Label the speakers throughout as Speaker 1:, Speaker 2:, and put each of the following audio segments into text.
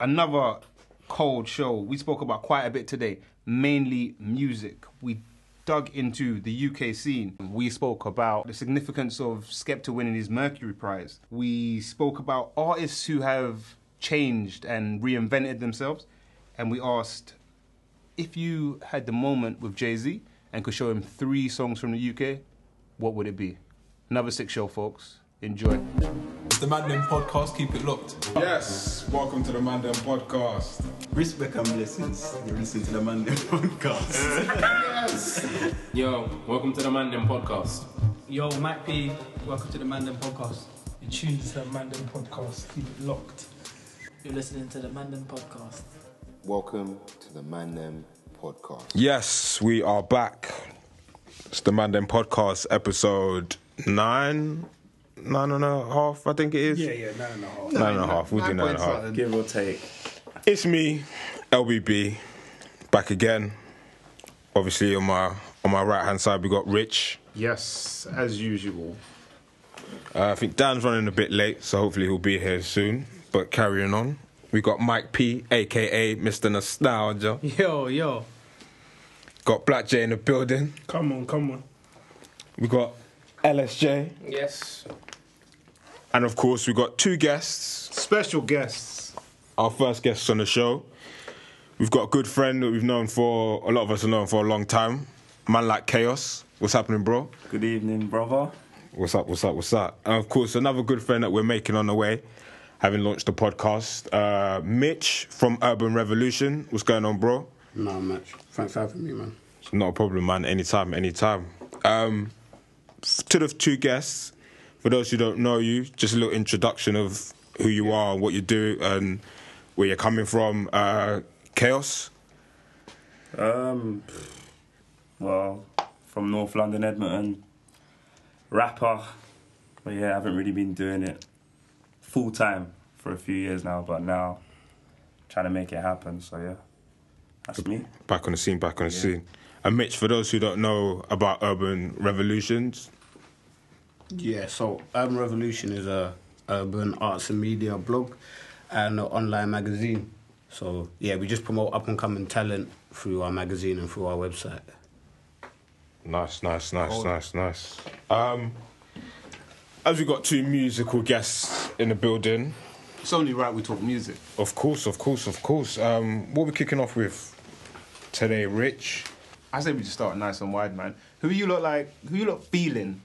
Speaker 1: another cold show. We spoke about quite a bit today, mainly music. We dug into the UK scene. We spoke about the significance of Skepta winning his Mercury Prize. We spoke about artists who have changed and reinvented themselves. And we asked if you had the moment with Jay Z and could show him three songs from the UK, what would it be? Another sick show, folks. Enjoy.
Speaker 2: It's the Mandem podcast. Keep it locked.
Speaker 3: Yes, welcome to the Mandem podcast.
Speaker 4: Respect and blessings. You listen to the Mandem podcast.
Speaker 5: Yo, welcome to the Man Them podcast.
Speaker 6: Yo, Mike P, welcome to the Mandem Podcast.
Speaker 7: You tuned to the Mandem podcast. Keep it locked.
Speaker 8: You're listening to the Mandan Podcast.
Speaker 9: Welcome to the Man Them podcast.
Speaker 3: Yes, we are back. It's the Mandem podcast, episode nine, nine and a half, I think it is.
Speaker 7: Yeah, yeah, nine and a half.
Speaker 3: Nine and a half. We'll do nine and a half.
Speaker 4: Give or take.
Speaker 3: It's me, LBB, back again. Obviously, on my on my right hand side, we got Rich.
Speaker 10: Yes, as usual.
Speaker 3: Uh, I think Dan's running a bit late, so hopefully he'll be here soon. But carrying on, we got Mike P, aka Mr. Nostalgia.
Speaker 6: Yo, yo.
Speaker 3: Got Black J in the building.
Speaker 7: Come on, come on.
Speaker 3: We got LSJ,
Speaker 10: Yes.
Speaker 3: and of course, we got two guests.
Speaker 10: Special guests.
Speaker 3: our first guests on the show. We've got a good friend that we've known for a lot of us have known for a long time. Man like Chaos. What's happening, bro?
Speaker 4: Good evening, brother.
Speaker 3: What's up? What's up? What's up? And of course, another good friend that we're making on the way, having launched the podcast. Uh, Mitch from Urban Revolution. What's going on, bro?
Speaker 7: No, much. Thanks for having me, man.
Speaker 3: It's not a problem, man. Anytime, anytime. Um, f- to the two guests, for those who don't know you, just a little introduction of who you are and what you do and where you're coming from. Uh, Chaos.
Speaker 4: Um, well, from North London, Edmonton. Rapper. But yeah, I haven't really been doing it full time for a few years now, but now trying to make it happen. So yeah, that's me.
Speaker 3: back on the scene, back on the scene. And Mitch, for those who don't know about urban revolutions,
Speaker 7: Yeah, so Urban Revolution is a urban arts and media blog and an online magazine. So yeah, we just promote up and coming talent through our magazine and through our website.
Speaker 3: nice, nice, nice, nice, nice. Um, as we got two musical guests in the building,
Speaker 1: It's only right we talk music.
Speaker 3: of course, of course, of course. Um, what are we kicking off with today, Rich?
Speaker 1: I say we just start nice and wide, man. Who you look like? Who you look feeling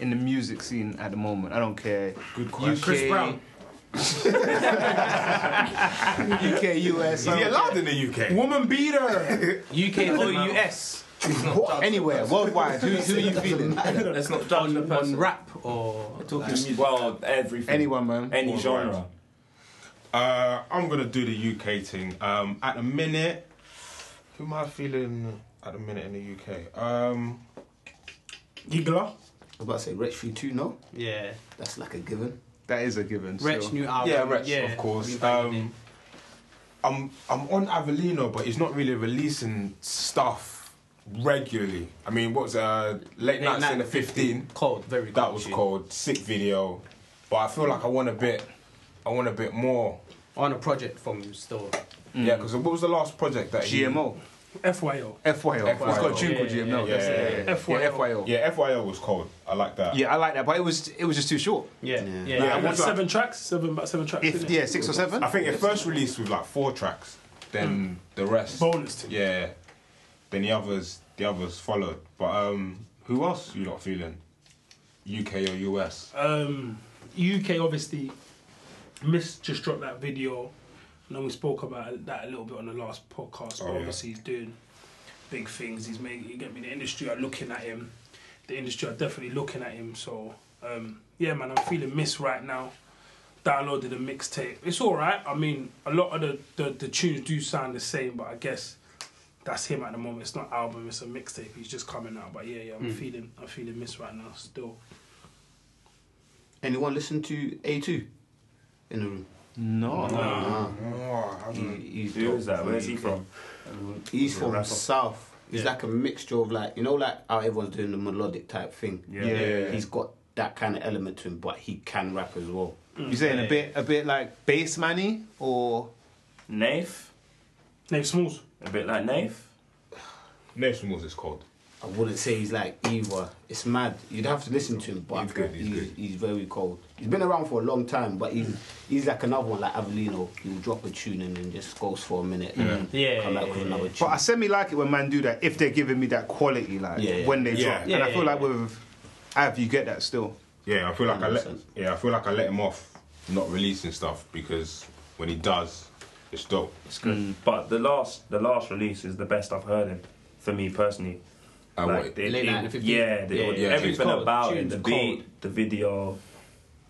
Speaker 1: in the music scene at the moment? I don't care. Good question.
Speaker 10: Chris Brown.
Speaker 1: UK, US. I don't
Speaker 10: allowed in the UK?
Speaker 1: um, Woman beater.
Speaker 6: UK or US?
Speaker 1: Anywhere, worldwide. Who, who you feeling?
Speaker 5: Let's not judge the
Speaker 6: On
Speaker 5: person.
Speaker 6: rap or
Speaker 4: Well, everything.
Speaker 1: Anyone, man.
Speaker 4: Any genre.
Speaker 3: Uh, I'm gonna do the UK thing. Um, at the minute, who am I feeling at the minute in the UK? Um,
Speaker 10: Giggler.
Speaker 7: I was about to say Rich Free Two, no?
Speaker 6: yeah,
Speaker 7: That's like a given.
Speaker 1: That is a given.
Speaker 6: Rich
Speaker 1: still.
Speaker 6: new album.
Speaker 3: Yeah, Rex, of course.
Speaker 6: we banging
Speaker 3: Um, I'm I'm on Avellino, but he's not really releasing stuff regularly. I mean, what was uh, late,
Speaker 6: it.
Speaker 3: nights
Speaker 6: Late
Speaker 3: in the
Speaker 6: night,
Speaker 3: fifteen?
Speaker 6: Cold, very cold.
Speaker 3: That was
Speaker 6: shit.
Speaker 3: called sick video, but I feel like I want a bit. I want a bit more.
Speaker 6: On a project from him still.
Speaker 3: Yeah, because what was the last project that he-
Speaker 1: GMO.
Speaker 10: FYO.
Speaker 1: FYO. It's got a tune called
Speaker 6: Yeah,
Speaker 1: GMO.
Speaker 3: yeah,
Speaker 1: that's it,
Speaker 3: yeah,
Speaker 1: yeah, yeah. Yeah, FYO. Yeah.
Speaker 3: Yeah, FYO was cold. I like that.
Speaker 1: I like that, but it was it was just too short.
Speaker 6: Yeah, yeah.
Speaker 10: Yeah,
Speaker 6: yeah.
Speaker 10: and that's seven tracks. Seven, about seven tracks.
Speaker 1: If
Speaker 10: innit?
Speaker 1: yeah, six or seven.
Speaker 3: I think it first released with like four tracks, then the rest.
Speaker 10: Bonus to
Speaker 3: Yeah. Then the others, the others followed. But um, who else you lot feeling? UK or US?
Speaker 10: Um, UK obviously, Miss just dropped that video, and then we spoke about that a little bit on the last podcast.
Speaker 3: Oh,
Speaker 10: but
Speaker 3: yeah.
Speaker 10: obviously, he's doing big things. He's making. You get me? The industry are looking at him. The industry are definitely looking at him. So um, yeah, man, I'm feeling Miss right now. Downloaded a mixtape. It's all right. I mean, a lot of the, the the tunes do sound the same, but I guess. That's him at the moment. It's not album. It's a mixtape. He's just coming out. But yeah, yeah,
Speaker 3: Hmm.
Speaker 10: I'm feeling, I'm feeling Miss right now. Still,
Speaker 7: Anyone listen to A two in the room? Ah.
Speaker 1: No.
Speaker 7: He- he's
Speaker 4: Who
Speaker 7: dope.
Speaker 4: is that? Where's he
Speaker 7: Yeah.
Speaker 4: from?
Speaker 7: He's
Speaker 4: Yeah,
Speaker 7: from
Speaker 4: rapper.
Speaker 7: South. He's like a mixture of like you know like how everyone's doing the melodic type thing.
Speaker 4: Yeah. Yeah, yeah,
Speaker 7: He's got that kind of element to him, but he can rap as well.
Speaker 1: You saying a bit a bit like bass manny or
Speaker 4: Nafe.
Speaker 10: Nafe Smalls.
Speaker 4: A bit like Nafe.
Speaker 3: Nafe Smalls is cold.
Speaker 7: I wouldn't say he's like either. It's mad. You'd have to listen to him, but he's,
Speaker 3: good, he's good.
Speaker 7: he's very cold. He's been around for a long time, but he's he's like another one like Avellino. He'll drop a tune and then just goes for a minute and then
Speaker 6: Yeah,
Speaker 7: come back
Speaker 6: yeah,
Speaker 7: with
Speaker 6: yeah,
Speaker 7: another
Speaker 6: yeah.
Speaker 1: But
Speaker 7: tune.
Speaker 1: I semi like it when man do that if they're giving me that quality, like
Speaker 7: Yeah, yeah.
Speaker 1: when they
Speaker 3: Yeah.
Speaker 1: drop.
Speaker 6: Yeah,
Speaker 1: and I
Speaker 6: yeah,
Speaker 1: feel like
Speaker 6: yeah.
Speaker 1: with Av, you get that still.
Speaker 3: Yeah, I feel like I let.
Speaker 7: 100%.
Speaker 3: Yeah, I feel like I let him off not releasing stuff because when he does, it's dope.
Speaker 4: It's good. Mm. But the last the last release is the best I've heard him for me personally.
Speaker 3: I
Speaker 4: Like,
Speaker 3: want-
Speaker 4: the-
Speaker 7: Late
Speaker 4: the-
Speaker 7: Night in the 50s?
Speaker 4: yeah, the-
Speaker 7: Yeah, yeah,
Speaker 3: yeah.
Speaker 4: everything
Speaker 7: Tunes
Speaker 4: about
Speaker 7: cold.
Speaker 4: it, the
Speaker 7: Tunes
Speaker 4: beat, the video,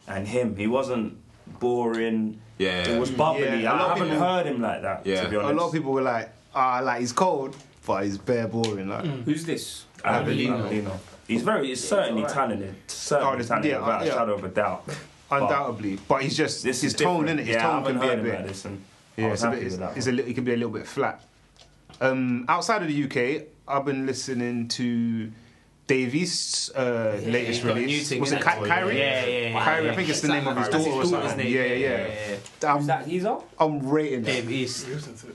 Speaker 4: and him. He wasn't boring.
Speaker 3: Yeah.
Speaker 4: it was bubbly.
Speaker 1: Yeah, a lot
Speaker 4: I
Speaker 1: of
Speaker 4: haven't
Speaker 1: people-
Speaker 4: heard him like that.
Speaker 3: Yeah.
Speaker 4: to be
Speaker 3: A
Speaker 1: A
Speaker 4: honest.
Speaker 1: lot of people were like, ah, like he's cold, but he's bare boring. Like,
Speaker 4: Mm.
Speaker 11: Who's this?
Speaker 4: Avelino. Avelino. He's very, he's certainly talented.
Speaker 1: Oh,
Speaker 4: Certainly
Speaker 1: there's-
Speaker 4: talented,
Speaker 1: yeah,
Speaker 4: without a
Speaker 1: yeah.
Speaker 4: shadow of a doubt.
Speaker 1: undoubtedly. But he's just
Speaker 4: This
Speaker 1: his
Speaker 4: is
Speaker 1: tone,
Speaker 4: different.
Speaker 1: innit? His
Speaker 4: yeah, I
Speaker 1: tone
Speaker 4: haven't
Speaker 1: can be a
Speaker 4: heard him
Speaker 1: bit.
Speaker 4: like this, and
Speaker 1: Yeah,
Speaker 4: I was
Speaker 1: it's a
Speaker 4: happy
Speaker 1: bit,
Speaker 4: with that.
Speaker 1: it's, it's
Speaker 4: one.
Speaker 1: a li- it can be a little bit flat. Um, outside of the UK, I've been listening to Dave East's uh, latest
Speaker 11: he's got a new
Speaker 1: release.
Speaker 11: thing,
Speaker 1: Was it
Speaker 11: innit?
Speaker 1: Ky- Kyrie?
Speaker 6: Yeah, yeah, yeah,
Speaker 1: Kyrie,
Speaker 6: yeah.
Speaker 1: I think it's the name of his
Speaker 11: That's
Speaker 1: daughter or
Speaker 11: his daughter's
Speaker 1: something.
Speaker 11: name,
Speaker 1: Yeah, yeah,
Speaker 11: yeah,
Speaker 1: yeah.
Speaker 11: yeah, Who's
Speaker 1: I'm,
Speaker 11: that geezer?
Speaker 1: I'm rating that.
Speaker 6: Dave East.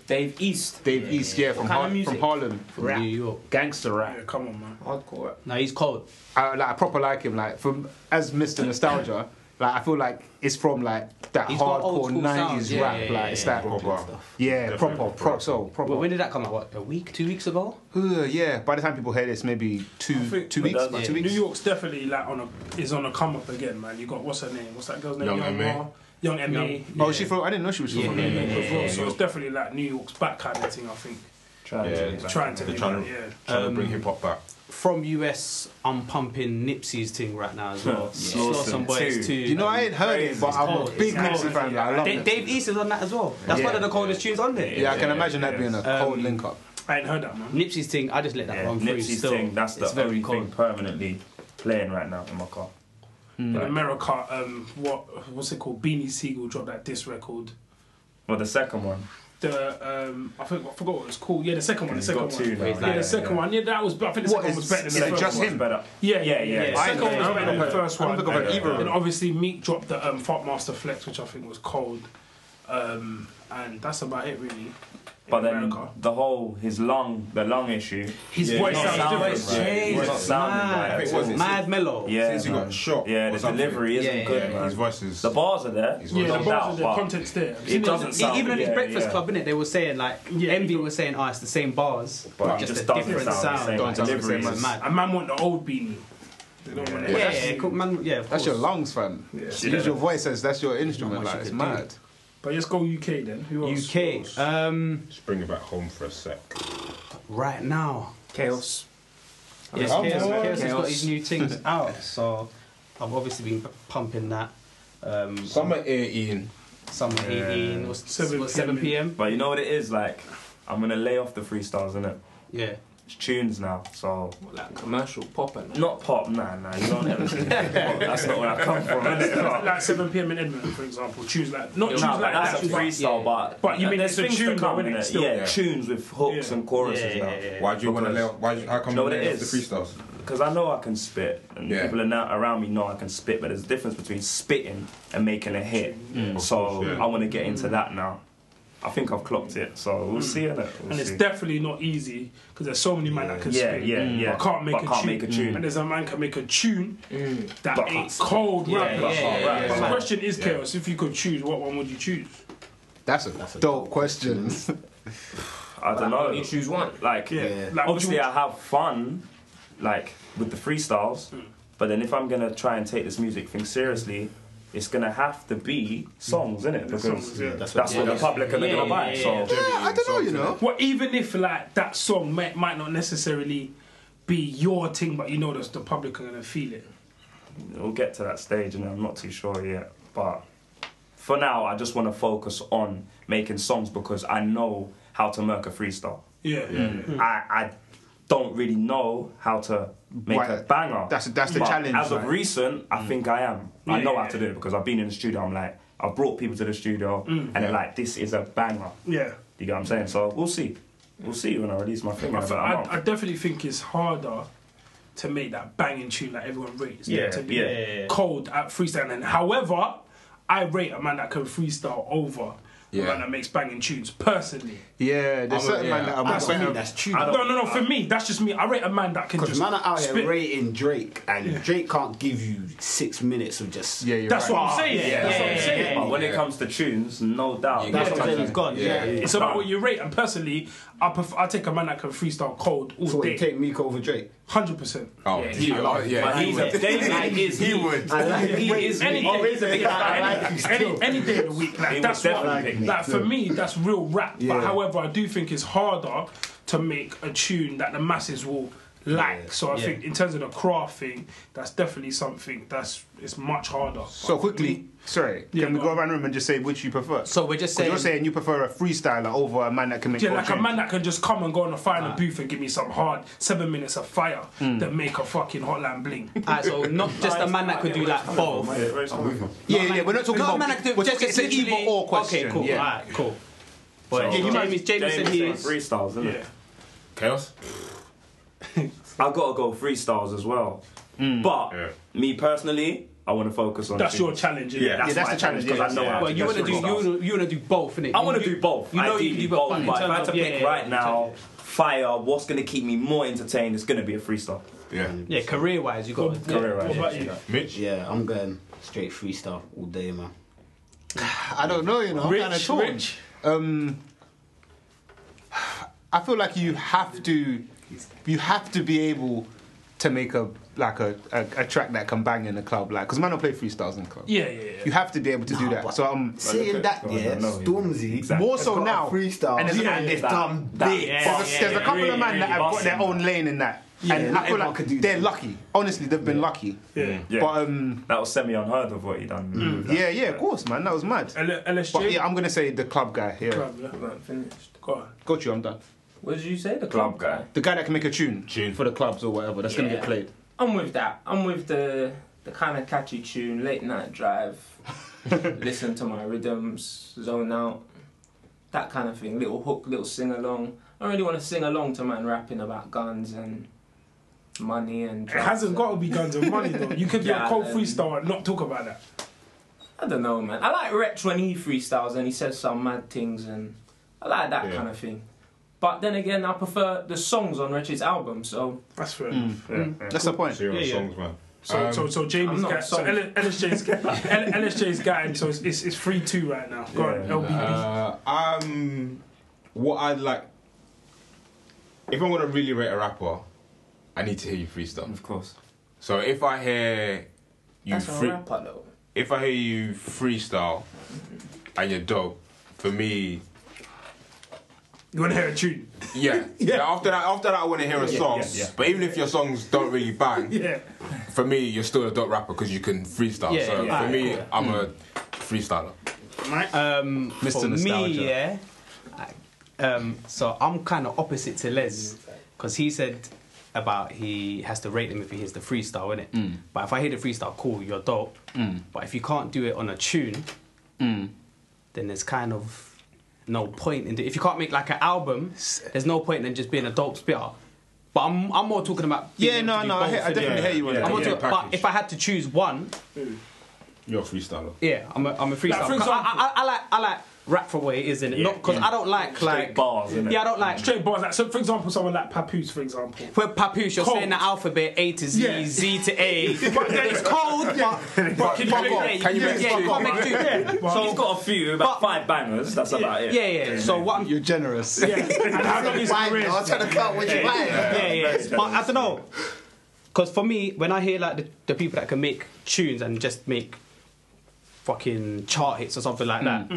Speaker 11: Dave East.
Speaker 1: Dave East, yeah, from,
Speaker 11: kind
Speaker 1: Har-
Speaker 11: of music?
Speaker 1: from Harlem.
Speaker 6: From New York.
Speaker 1: Gangster rap.
Speaker 10: Yeah, come on, man.
Speaker 11: Hardcore.
Speaker 6: No, he's cold.
Speaker 1: I, like, I proper like him. Like from as Mr. Nostalgia, like I feel like it's from like that
Speaker 6: He's got old
Speaker 1: hardcore
Speaker 6: school
Speaker 1: nineties
Speaker 6: sounds, yeah,
Speaker 1: rap.
Speaker 6: yeah,
Speaker 1: like
Speaker 6: yeah,
Speaker 1: it's that
Speaker 6: yeah.
Speaker 3: Proper.
Speaker 1: yeah,
Speaker 3: Definitely
Speaker 1: proper, proper, so proper.
Speaker 6: Well, when did that come out? What, a week, two weeks ago?
Speaker 1: Uh, yeah, by the time people hear this, maybe two
Speaker 10: think-
Speaker 1: two
Speaker 4: but
Speaker 1: weeks,
Speaker 4: that's-
Speaker 1: two
Speaker 10: New
Speaker 1: weeks.
Speaker 10: York's definitely like on a is on a come up again, man. You got what's her name? What's that girl's name?
Speaker 3: Young M.A.
Speaker 10: Ma. Young M A.
Speaker 1: Oh, she from? I didn't know she was from.
Speaker 10: From
Speaker 1: there.
Speaker 10: New York as well, so it's definitely like New York's back kind of thing. I think
Speaker 4: Trying
Speaker 3: Yeah.
Speaker 4: to be back.
Speaker 10: trying to
Speaker 3: They're
Speaker 10: do
Speaker 3: trying
Speaker 10: that,
Speaker 3: to,
Speaker 10: yeah.
Speaker 3: trying to bring
Speaker 4: Um,
Speaker 3: hip hop back.
Speaker 6: From US, I'm pumping Nipsey's thing right now as well. Slow some boys too.
Speaker 1: You know, I ain't heard it, but I'm a
Speaker 6: cold.
Speaker 1: big
Speaker 6: It's
Speaker 1: Nipsey
Speaker 6: cold.
Speaker 1: fan. like, I love
Speaker 6: Da-
Speaker 1: it.
Speaker 6: Dave East is on that as well. That's
Speaker 1: Yeah.
Speaker 6: one of the coldest tunes on there.
Speaker 1: Yeah, I can imagine that
Speaker 4: yeah.
Speaker 1: being a cold link up.
Speaker 10: I ain't heard that, man.
Speaker 11: Mm.
Speaker 6: Nipsey's thing, I just let that
Speaker 4: Yeah,
Speaker 6: run through.
Speaker 4: Nipsey's
Speaker 6: still.
Speaker 4: thing. That's the
Speaker 6: it's very
Speaker 4: only
Speaker 6: cold.
Speaker 4: thing permanently playing right now in my car.
Speaker 10: In America, um, what what's it called? Beanie Siegel dropped that diss record.
Speaker 4: Well, the second one.
Speaker 10: The um, I think I forgot what it's called. Yeah, the second one. The
Speaker 4: He's
Speaker 10: second
Speaker 4: got two
Speaker 10: one.
Speaker 4: now,
Speaker 10: yeah,
Speaker 4: yeah,
Speaker 10: the second
Speaker 4: yeah.
Speaker 10: one. Yeah, that was. I think the
Speaker 1: What is-
Speaker 10: second one was better
Speaker 1: is
Speaker 10: than the
Speaker 1: it
Speaker 10: first
Speaker 1: just
Speaker 10: one.
Speaker 1: him?
Speaker 4: Better.
Speaker 10: Yeah, yeah,
Speaker 4: Yeah.
Speaker 10: yeah.
Speaker 4: I
Speaker 10: Second one
Speaker 1: know.
Speaker 10: was better
Speaker 1: I
Speaker 10: than the
Speaker 1: don't
Speaker 10: first
Speaker 1: think
Speaker 10: one.
Speaker 1: I've heard
Speaker 10: And
Speaker 1: either of them.
Speaker 10: obviously Meek dropped the um, Fart Master Flex, which I think was cold. Um, and that's about it really. in
Speaker 4: But then
Speaker 10: America.
Speaker 4: the whole his lung, the lung issue.
Speaker 10: his
Speaker 3: Yeah,
Speaker 10: voice
Speaker 3: he's
Speaker 4: not
Speaker 10: sounds
Speaker 4: sounding
Speaker 10: different.
Speaker 4: right.
Speaker 6: Change.
Speaker 4: He's not sounding right
Speaker 6: Mad.
Speaker 3: I think
Speaker 4: at
Speaker 3: it was
Speaker 4: all.
Speaker 3: his-
Speaker 6: Mad mellow.
Speaker 4: Yeah,
Speaker 3: Since he
Speaker 4: man.
Speaker 3: got shot.
Speaker 4: Yeah,
Speaker 3: or
Speaker 4: the
Speaker 3: something.
Speaker 4: delivery isn't
Speaker 6: Yeah,
Speaker 4: good,
Speaker 3: Yeah,
Speaker 4: man.
Speaker 3: his voice is.
Speaker 4: The bars are there.
Speaker 3: His
Speaker 10: Yeah,
Speaker 3: voice
Speaker 4: no
Speaker 10: the
Speaker 3: is-
Speaker 10: bars
Speaker 4: doubt,
Speaker 10: and the
Speaker 4: but
Speaker 10: content's there.
Speaker 4: It doesn't
Speaker 6: E-
Speaker 4: sound
Speaker 6: Even on his
Speaker 4: yeah,
Speaker 6: Breakfast
Speaker 4: yeah.
Speaker 6: Club, innit? They were saying, like, Envy was saying, oh, it's the same bars,
Speaker 4: But
Speaker 6: but
Speaker 4: it
Speaker 6: just,
Speaker 4: just
Speaker 6: a
Speaker 4: doesn't
Speaker 6: different
Speaker 4: sound the
Speaker 6: sound.
Speaker 4: same.
Speaker 6: like,
Speaker 4: Don't
Speaker 6: it's
Speaker 4: sound the same.
Speaker 6: mad.
Speaker 10: A man want the old beanie. They don't want the
Speaker 6: Yeah, yeah, cool, man, yeah, of
Speaker 1: That's your
Speaker 6: course.
Speaker 1: lungs, fam.
Speaker 10: Yes.
Speaker 1: Use your voice as that's your instrument.
Speaker 6: much
Speaker 1: Like
Speaker 6: you
Speaker 1: it's
Speaker 6: could do.
Speaker 1: mad.
Speaker 10: But let's go UK then. Who else? Who else?
Speaker 6: UK.
Speaker 4: uh,
Speaker 6: Um,
Speaker 3: Just bring it back home for a sec.
Speaker 6: right now.
Speaker 11: Chaos.
Speaker 6: Yes,
Speaker 1: Oh,
Speaker 6: Chaos,
Speaker 1: yeah.
Speaker 6: Chaos has got
Speaker 11: Chaos.
Speaker 6: his new things out, so I've obviously been p- pumping that. Um,
Speaker 3: Summer air Ian.
Speaker 6: Summer
Speaker 4: Yeah.
Speaker 6: 18, what's
Speaker 10: 7
Speaker 6: what, 7 p.m.?
Speaker 4: But you know what it is like. I'm gonna lay off the freestyles, innit?
Speaker 6: Yeah.
Speaker 4: It's tunes now, so
Speaker 11: Like commercial popping.
Speaker 4: not pop. Nah, nah. You don't ever see pop. That's not where I come from. innit? But-
Speaker 10: Like 7 p.m. in Edmonton, for example. Choose like not
Speaker 11: Yeah,
Speaker 10: choose
Speaker 4: Nah,
Speaker 10: like
Speaker 4: but that's
Speaker 10: that.
Speaker 4: a freestyle, but
Speaker 10: But you mean
Speaker 4: there's
Speaker 10: it's a
Speaker 4: things to
Speaker 10: tune
Speaker 4: come,
Speaker 10: though, innit?
Speaker 4: innit?
Speaker 10: Still.
Speaker 4: Yeah,
Speaker 3: Yeah.
Speaker 4: tunes with hooks
Speaker 10: Yeah.
Speaker 4: and choruses
Speaker 6: Yeah,
Speaker 4: now.
Speaker 6: yeah, yeah,
Speaker 3: Why do you want to
Speaker 4: Because-
Speaker 3: lay off? Why, how come
Speaker 4: You know
Speaker 3: you
Speaker 4: what
Speaker 3: lay
Speaker 4: it
Speaker 3: off the
Speaker 4: is?
Speaker 3: freestyles?
Speaker 4: Because I know I can spit, and
Speaker 3: Yeah.
Speaker 4: people are now around me know I can spit, but there's a difference between spitting and making a hit. So
Speaker 3: Of course, yeah.
Speaker 4: I want to get into that now. I think I've clocked it, so we'll see. Innit? We'll
Speaker 10: And it's
Speaker 4: see.
Speaker 10: definitely not easy because there's so many men that can
Speaker 4: Yeah,
Speaker 10: spit,
Speaker 4: yeah, yeah.
Speaker 10: but can't make
Speaker 4: But
Speaker 10: a
Speaker 4: can't
Speaker 10: tune.
Speaker 4: make a tune. Mm.
Speaker 10: And there's a man can make a tune that
Speaker 4: But can't
Speaker 10: ain't
Speaker 4: spit.
Speaker 10: cold
Speaker 6: Yeah,
Speaker 10: rap.
Speaker 6: yeah, yeah,
Speaker 4: yeah, yeah.
Speaker 10: The question is,
Speaker 3: Yeah.
Speaker 10: chaos. If you could choose, what one would you choose?
Speaker 1: That's a, dope question.
Speaker 4: I don't know.
Speaker 11: You choose one.
Speaker 4: Like,
Speaker 10: Yeah. Like,
Speaker 4: obviously,
Speaker 10: would you-
Speaker 4: I have fun, like with the freestyles.
Speaker 11: Hmm.
Speaker 4: But then, if I'm gonna try and take this music thing seriously, it's gonna have to be songs, innit? Because
Speaker 10: songs, yeah.
Speaker 4: that's,
Speaker 7: That's what-
Speaker 4: what
Speaker 7: yeah,
Speaker 4: the public are
Speaker 11: yeah,
Speaker 4: gonna buy.
Speaker 11: yeah,
Speaker 4: so
Speaker 11: yeah.
Speaker 1: I don't know, you know.
Speaker 10: Well, even if like that song might, might not necessarily be your thing, but you know that the public are gonna feel it.
Speaker 4: we'll get to that stage, and I'm not too sure yet. But for now, I just want to focus on making songs because I know how to make a freestyle.
Speaker 10: Yeah.
Speaker 4: I, I don't really know how to make
Speaker 1: Why-
Speaker 4: a banger.
Speaker 1: that's- that's the
Speaker 4: But
Speaker 1: challenge,
Speaker 4: As of
Speaker 1: like-
Speaker 4: recent, I think I am. I
Speaker 10: Mm. Yeah,
Speaker 4: know
Speaker 10: yeah,
Speaker 4: how to
Speaker 10: yeah. Mm.
Speaker 4: do it because I've been in the studio. I'm like, I've brought people to the studio, and they're like, this is a banger.
Speaker 10: Yeah.
Speaker 4: You get what I'm saying? So we'll see. We'll see when I release my thing. in
Speaker 10: I,
Speaker 4: about a
Speaker 10: I,
Speaker 4: month.
Speaker 10: I definitely think it's harder to make that banging tune that everyone rates. than
Speaker 4: Yeah,
Speaker 10: to be
Speaker 4: yeah, yeah,
Speaker 10: cold at freestyling. And however, I rate a man that can freestyle over a man that makes banging tunes. Personally,
Speaker 1: Yeah, there's
Speaker 10: I'm a-
Speaker 1: certain man
Speaker 10: yeah.
Speaker 1: that I'm
Speaker 10: That's-
Speaker 1: not
Speaker 10: mean,
Speaker 1: that's
Speaker 7: true.
Speaker 10: no, no, no. For me, that's just me. I rate a man that can
Speaker 7: Because
Speaker 10: just
Speaker 7: man are out here
Speaker 10: spit.
Speaker 7: rating Drake, and Drake can't give you six minutes of just. Yeah,
Speaker 1: you're
Speaker 10: That's right. what I'm saying. That's what I'm saying.
Speaker 4: But when it comes to tunes, no doubt.
Speaker 7: That's what I'm saying, it's gone. Yeah.
Speaker 10: It's about what you rate, and personally, I prefer, I take a man that can freestyle cold all
Speaker 7: So what,
Speaker 10: day.
Speaker 7: you take Meek over Drake?
Speaker 10: Hundred percent.
Speaker 7: Oh,
Speaker 10: yeah,
Speaker 7: he- oh, yeah,
Speaker 10: But
Speaker 7: he
Speaker 10: he's
Speaker 7: would.
Speaker 10: a day like
Speaker 7: He
Speaker 10: is he
Speaker 7: would.
Speaker 10: I like
Speaker 7: He
Speaker 10: Meek.
Speaker 7: is
Speaker 10: any
Speaker 7: Meek. Oh, he's a
Speaker 10: day,
Speaker 7: big guy. I like him
Speaker 10: any,
Speaker 7: still.
Speaker 10: any day of the week.
Speaker 7: He
Speaker 10: Like
Speaker 7: would
Speaker 10: that's what.
Speaker 7: definitely like Meek.
Speaker 10: Like for
Speaker 7: Yeah.
Speaker 10: me, that's real rap.
Speaker 7: Yeah.
Speaker 10: But however, I do think it's harder to make a tune that the masses will like. So I
Speaker 1: Yeah.
Speaker 10: think in terms of the craft thing, that's definitely something that's it's much harder.
Speaker 1: So quickly, sorry,
Speaker 10: Yeah,
Speaker 1: can we go around the room and just say which you prefer? So
Speaker 6: we're just
Speaker 1: you're
Speaker 10: saying-
Speaker 1: saying you prefer a freestyler over a man that can make.
Speaker 10: Yeah,
Speaker 1: cold
Speaker 10: like a
Speaker 1: tunes.
Speaker 10: man that can just come and go on a fire in a booth and give me some hard seven minutes of fire
Speaker 4: Hmm.
Speaker 1: Mm.
Speaker 10: that make a fucking hotline bling.
Speaker 6: Alright, so not just a man that could do like both.
Speaker 1: Yeah, yeah, we're not talking
Speaker 6: No,
Speaker 1: about.
Speaker 6: man, I could do-
Speaker 1: we're
Speaker 6: just-
Speaker 1: talking- it's
Speaker 6: just
Speaker 1: an
Speaker 6: literally-
Speaker 1: either or question.
Speaker 6: okay, cool,
Speaker 1: Yeah.
Speaker 6: alright, cool. But
Speaker 4: So-
Speaker 6: yeah, you James, James said he
Speaker 4: said freestyles, isn't it?
Speaker 11: Chaos.
Speaker 4: I gotta go freestyles as well. But me personally, I want to focus on.
Speaker 10: Mm. That's
Speaker 4: tunes.
Speaker 10: your challenge, innit?
Speaker 4: Yeah, that's, my challenge because I know. how
Speaker 6: Well,
Speaker 4: to
Speaker 6: you
Speaker 4: get
Speaker 6: want to do
Speaker 4: freestyles.
Speaker 6: you, you want to do both, innit?
Speaker 4: I
Speaker 6: You-
Speaker 4: want to
Speaker 6: you-
Speaker 4: do both.
Speaker 6: You know
Speaker 4: Ideally
Speaker 6: you can do
Speaker 4: both,
Speaker 6: both. in
Speaker 4: but if
Speaker 6: terms
Speaker 4: I had to
Speaker 6: of- yeah,
Speaker 4: pick
Speaker 6: yeah,
Speaker 4: right
Speaker 6: yeah.
Speaker 4: now, fire. What's gonna keep me more entertained is gonna be a freestyle.
Speaker 11: Yeah.
Speaker 6: Yeah, career wise, you got
Speaker 4: Career-wise, What about yeah. you?
Speaker 11: Mitch?
Speaker 7: Yeah, I'm going straight freestyle all day, man.
Speaker 1: I don't know, you know.
Speaker 7: Rich,
Speaker 1: I'm kind of torn.
Speaker 7: rich.
Speaker 1: Um, I feel like you have to, you have to be able to make a like a, a, a track that can bang in the club, like because man don't play freestyles in the club.
Speaker 10: Yeah, yeah, yeah.
Speaker 1: You have to be able to do
Speaker 7: Nah,
Speaker 1: that.
Speaker 7: but
Speaker 1: So um, I'm
Speaker 7: Seeing that, yeah, Stormzy.
Speaker 1: More so now,
Speaker 7: freestyle.
Speaker 1: and there's,
Speaker 7: yeah,
Speaker 1: and there's,
Speaker 7: that-
Speaker 1: dumb
Speaker 7: that-
Speaker 1: big.
Speaker 7: yeah,
Speaker 1: there's, a,
Speaker 7: yeah,
Speaker 1: there's a
Speaker 7: yeah,
Speaker 1: couple
Speaker 7: really,
Speaker 1: of men that
Speaker 7: really
Speaker 1: have got
Speaker 7: busting.
Speaker 1: their own lane in that,
Speaker 7: Yeah,
Speaker 1: and
Speaker 7: not
Speaker 1: I feel
Speaker 7: everyone
Speaker 1: like
Speaker 7: could do
Speaker 1: they're lucky. Honestly, they've been lucky.
Speaker 4: Hmm.
Speaker 10: Yeah.
Speaker 1: But um,
Speaker 4: that was semi unheard of what he done. with that.
Speaker 1: Mm. Yeah, yeah, of course, man. That was mad.
Speaker 10: LSJ.
Speaker 1: But yeah, I'm gonna say the club guy. Yeah,
Speaker 10: Club, yeah.
Speaker 11: finished.
Speaker 10: Go on.
Speaker 1: got you. I'm done.
Speaker 11: What did you say? The
Speaker 4: Club guy.
Speaker 1: The guy that can make a tune, for the clubs or whatever. That's gonna get
Speaker 11: Yeah.
Speaker 1: played.
Speaker 11: I'm with that. I'm with the the kind of catchy tune, late night drive, listen to my rhythms, zone out, that kind of thing. Little hook, little sing along. I really want to sing along to man rapping about guns and money and.
Speaker 10: It hasn't got to be guns and money though. You could do
Speaker 11: Yeah,
Speaker 10: a cold
Speaker 11: then.
Speaker 10: freestyle and not talk about that.
Speaker 11: I don't know, man. I like Retch when he freestyles and he says some mad things, and I like that
Speaker 10: Yeah.
Speaker 11: kind of thing. But then again, I prefer the songs on Retch's album, so.
Speaker 10: That's fair enough. Mm.
Speaker 1: That's the point.
Speaker 3: So you're on songs, man.
Speaker 10: So,
Speaker 11: Um,
Speaker 10: so, so Jamie's
Speaker 11: I'm not
Speaker 10: guy, so
Speaker 11: sorry.
Speaker 10: L- LSJ's, guy- L- LSJ's guy, so it's, it's, it's 3 2 right now. Go on, LBB.
Speaker 3: Uh, um, what I'd like, if I'm gonna really rate a rapper, I need to hear you freestyle. Of
Speaker 4: course.
Speaker 3: So if I hear you
Speaker 11: That's a
Speaker 3: free-
Speaker 11: rapper, though.
Speaker 3: if I hear you freestyle and you're dope, for me,
Speaker 10: you want to hear a tune?
Speaker 3: yeah, yeah. After that, after that, I want to hear a
Speaker 10: Yeah,
Speaker 3: song.
Speaker 10: yeah, yeah.
Speaker 3: But even if your songs don't really bang,
Speaker 10: Yeah.
Speaker 3: for me, you're still a dope rapper because you can freestyle.
Speaker 6: Yeah,
Speaker 3: so
Speaker 6: yeah.
Speaker 3: for me,
Speaker 6: Yeah.
Speaker 3: I'm a freestyler.
Speaker 6: Um,
Speaker 3: Mr.
Speaker 6: For
Speaker 3: Nostalgia.
Speaker 6: me, yeah. I- um, so I'm kind of opposite to Les because he said about he has to rate them if he hears the freestyle, innit?
Speaker 1: Mm.
Speaker 6: But if I hear the freestyle, cool, you're dope.
Speaker 1: Mm.
Speaker 6: But if you can't do it on a tune, then there's kind of no point in it. If you can't make like an album, there's no point in just being a dope spitter. But I'm, I'm more talking about. being
Speaker 1: Yeah,
Speaker 6: able
Speaker 1: no,
Speaker 6: to do
Speaker 1: no, I
Speaker 6: both,
Speaker 1: hear- I
Speaker 6: innit?
Speaker 1: definitely hear you on that.
Speaker 6: I'm more
Speaker 1: Yeah,
Speaker 6: talking-
Speaker 1: package.
Speaker 6: but if I had to choose one,
Speaker 3: You're a freestyler.
Speaker 6: yeah, I'm a, I'm a freestyle.
Speaker 3: Like, for
Speaker 6: 'Cause I, I, I like I like rap for what it is, innit? Not because I don't like like
Speaker 4: bars, innit?
Speaker 6: Yeah, I don't like
Speaker 10: Straight bars. Like, so, for example, someone like Papoose, for example.
Speaker 6: where Papoose, you're
Speaker 10: Mm. Cold.
Speaker 6: saying the alphabet A to Z,
Speaker 10: Yeah.
Speaker 6: Z to A.
Speaker 10: But then-
Speaker 6: it's cold,
Speaker 10: Yeah.
Speaker 6: but,
Speaker 10: But can you
Speaker 6: fuck
Speaker 10: make-
Speaker 6: off.
Speaker 10: can you
Speaker 6: yeah,
Speaker 10: make
Speaker 6: yeah,
Speaker 10: two?
Speaker 6: you can't make two.
Speaker 10: Yeah.
Speaker 4: Well, he's got a few, about five bangers. That's about it.
Speaker 6: Yeah, yeah. So what? I'm,
Speaker 1: You're generous.
Speaker 10: Yeah. And how long is
Speaker 1: Why
Speaker 10: career?
Speaker 1: not? Trying to cut what you
Speaker 6: yeah,
Speaker 1: like.
Speaker 6: yeah, yeah.
Speaker 1: Very
Speaker 6: But I don't know, because for me, when I hear like the, the people that can make tunes and just make fucking chart hits or something like that,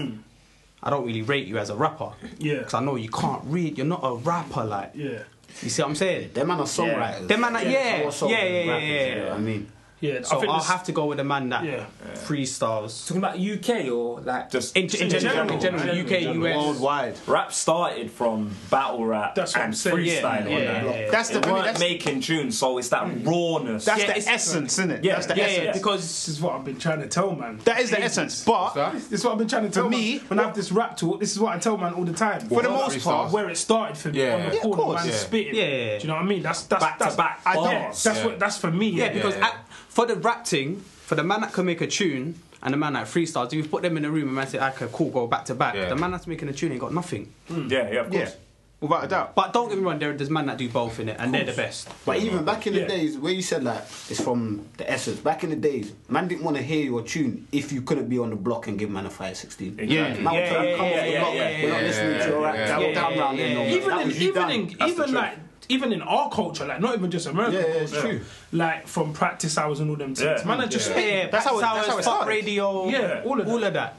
Speaker 6: I don't really rate you as a rapper.
Speaker 10: Yeah.
Speaker 6: Because I know you can't read. You're not a rapper, like.
Speaker 10: Yeah.
Speaker 6: You see what I'm saying?
Speaker 7: Them man are songwriters.
Speaker 6: Them man, are-
Speaker 7: Yeah.
Speaker 6: yeah,
Speaker 7: More
Speaker 6: yeah,
Speaker 7: so
Speaker 6: yeah,
Speaker 7: than
Speaker 6: yeah, yeah,
Speaker 7: rappers, you know what I mean,
Speaker 10: Yeah,
Speaker 6: So
Speaker 10: I think
Speaker 6: I'll
Speaker 10: this-
Speaker 6: have to go with a man that
Speaker 10: Yeah.
Speaker 6: freestyles.
Speaker 11: Talking about UK or like.
Speaker 4: Just
Speaker 6: In, in, general, in general, UK, US,
Speaker 1: worldwide.
Speaker 4: Rap started from battle rap
Speaker 10: That's what
Speaker 4: and
Speaker 10: I'm saying.
Speaker 4: freestyle.
Speaker 10: Yeah,
Speaker 4: on
Speaker 6: yeah,
Speaker 4: that.
Speaker 6: yeah, yeah.
Speaker 1: That's the
Speaker 4: They
Speaker 1: point,
Speaker 4: weren't
Speaker 1: that's-
Speaker 4: making tunes, so it's that rawness.
Speaker 1: That's
Speaker 6: Yeah,
Speaker 1: the
Speaker 6: it's-
Speaker 1: essence, isn't it?
Speaker 4: Yeah,
Speaker 1: That's the
Speaker 4: yeah,
Speaker 1: essence.
Speaker 6: yeah,
Speaker 10: This
Speaker 6: because
Speaker 10: is what I've been trying to tell, man.
Speaker 1: That is the essence. But
Speaker 10: This is what I've been trying to tell
Speaker 1: me-
Speaker 10: man. when I have this rap talk. This is what I tell man all the time.
Speaker 1: For the most part-
Speaker 10: where it started for me
Speaker 3: Yeah.
Speaker 10: on the
Speaker 3: Yeah, of
Speaker 10: corner,
Speaker 1: course.
Speaker 10: man,
Speaker 1: Yeah.
Speaker 10: spitting.
Speaker 6: Yeah, yeah, yeah.
Speaker 10: Do you know what I mean? That's that's
Speaker 6: Back to
Speaker 10: that's
Speaker 6: back
Speaker 10: I
Speaker 6: bars.
Speaker 10: yeah, that's
Speaker 3: Yeah.
Speaker 10: what that's for me.
Speaker 6: yeah, because
Speaker 3: yeah.
Speaker 6: I- for the rap thing, for the man that can make a tune, and the man like three stars, if you put them in a room and man say, okay, cool, go back to back,
Speaker 4: Yeah.
Speaker 6: the man that's making a tune ain't got nothing.
Speaker 4: Yeah, yeah, of course.
Speaker 1: Without a doubt.
Speaker 6: But don't get me wrong, there, there's man that do both in it, and they're the best.
Speaker 7: But even back in the
Speaker 6: Yeah.
Speaker 7: days where you said like it's from the essence. Back in the days, man didn't want to hear your tune if you couldn't be on the block and give man a five sixteen.
Speaker 10: Exactly.
Speaker 7: man would
Speaker 10: Yeah,
Speaker 7: try and
Speaker 10: yeah,
Speaker 7: come
Speaker 10: yeah,
Speaker 7: off the
Speaker 10: yeah,
Speaker 7: block.
Speaker 10: yeah,
Speaker 7: We're not
Speaker 10: yeah,
Speaker 7: listening to your
Speaker 10: yeah,
Speaker 7: rap.
Speaker 10: yeah,
Speaker 7: that will
Speaker 10: yeah,
Speaker 7: come
Speaker 10: yeah,
Speaker 7: round there
Speaker 10: yeah,
Speaker 7: no
Speaker 10: yeah.
Speaker 7: more.
Speaker 10: Even
Speaker 7: That
Speaker 10: in
Speaker 7: was you
Speaker 10: even
Speaker 7: done.
Speaker 10: in
Speaker 7: That's the
Speaker 10: even
Speaker 7: truth.
Speaker 10: like even in our culture, like not even just American
Speaker 7: Yeah, yeah, it's
Speaker 10: culture,
Speaker 7: true.
Speaker 10: like from practice hours and all them things. Man, I just
Speaker 6: yeah, yeah, that's how, that's how it started. Radio,
Speaker 10: Yeah, all of that.
Speaker 6: all of that.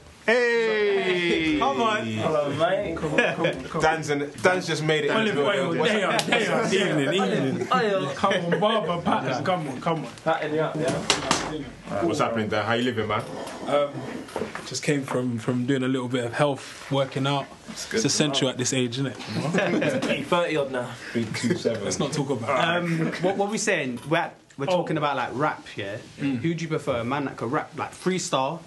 Speaker 1: Hey,
Speaker 6: come on,
Speaker 11: hello, mate. Come on, come on, come on.
Speaker 3: Dan's, and, Dan's just made it.
Speaker 10: Olive oil, they are, they are, they are.
Speaker 11: Oil.
Speaker 10: Come on, barber pattern, come on, come on.
Speaker 11: Patting you up, yeah.
Speaker 3: Alright, what's happening, Dan? How you living, man?
Speaker 2: Um, just came from from doing a little bit of health, working out. It's,
Speaker 11: good to
Speaker 2: essential at this age, isn't it?
Speaker 11: You're 30 odd now.
Speaker 3: Big two seven.
Speaker 2: Let's not talk about. it.
Speaker 6: Um, what, what we saying? We're, we're talking about like rap, yeah. Who do you prefer, a man that could rap like freestyle,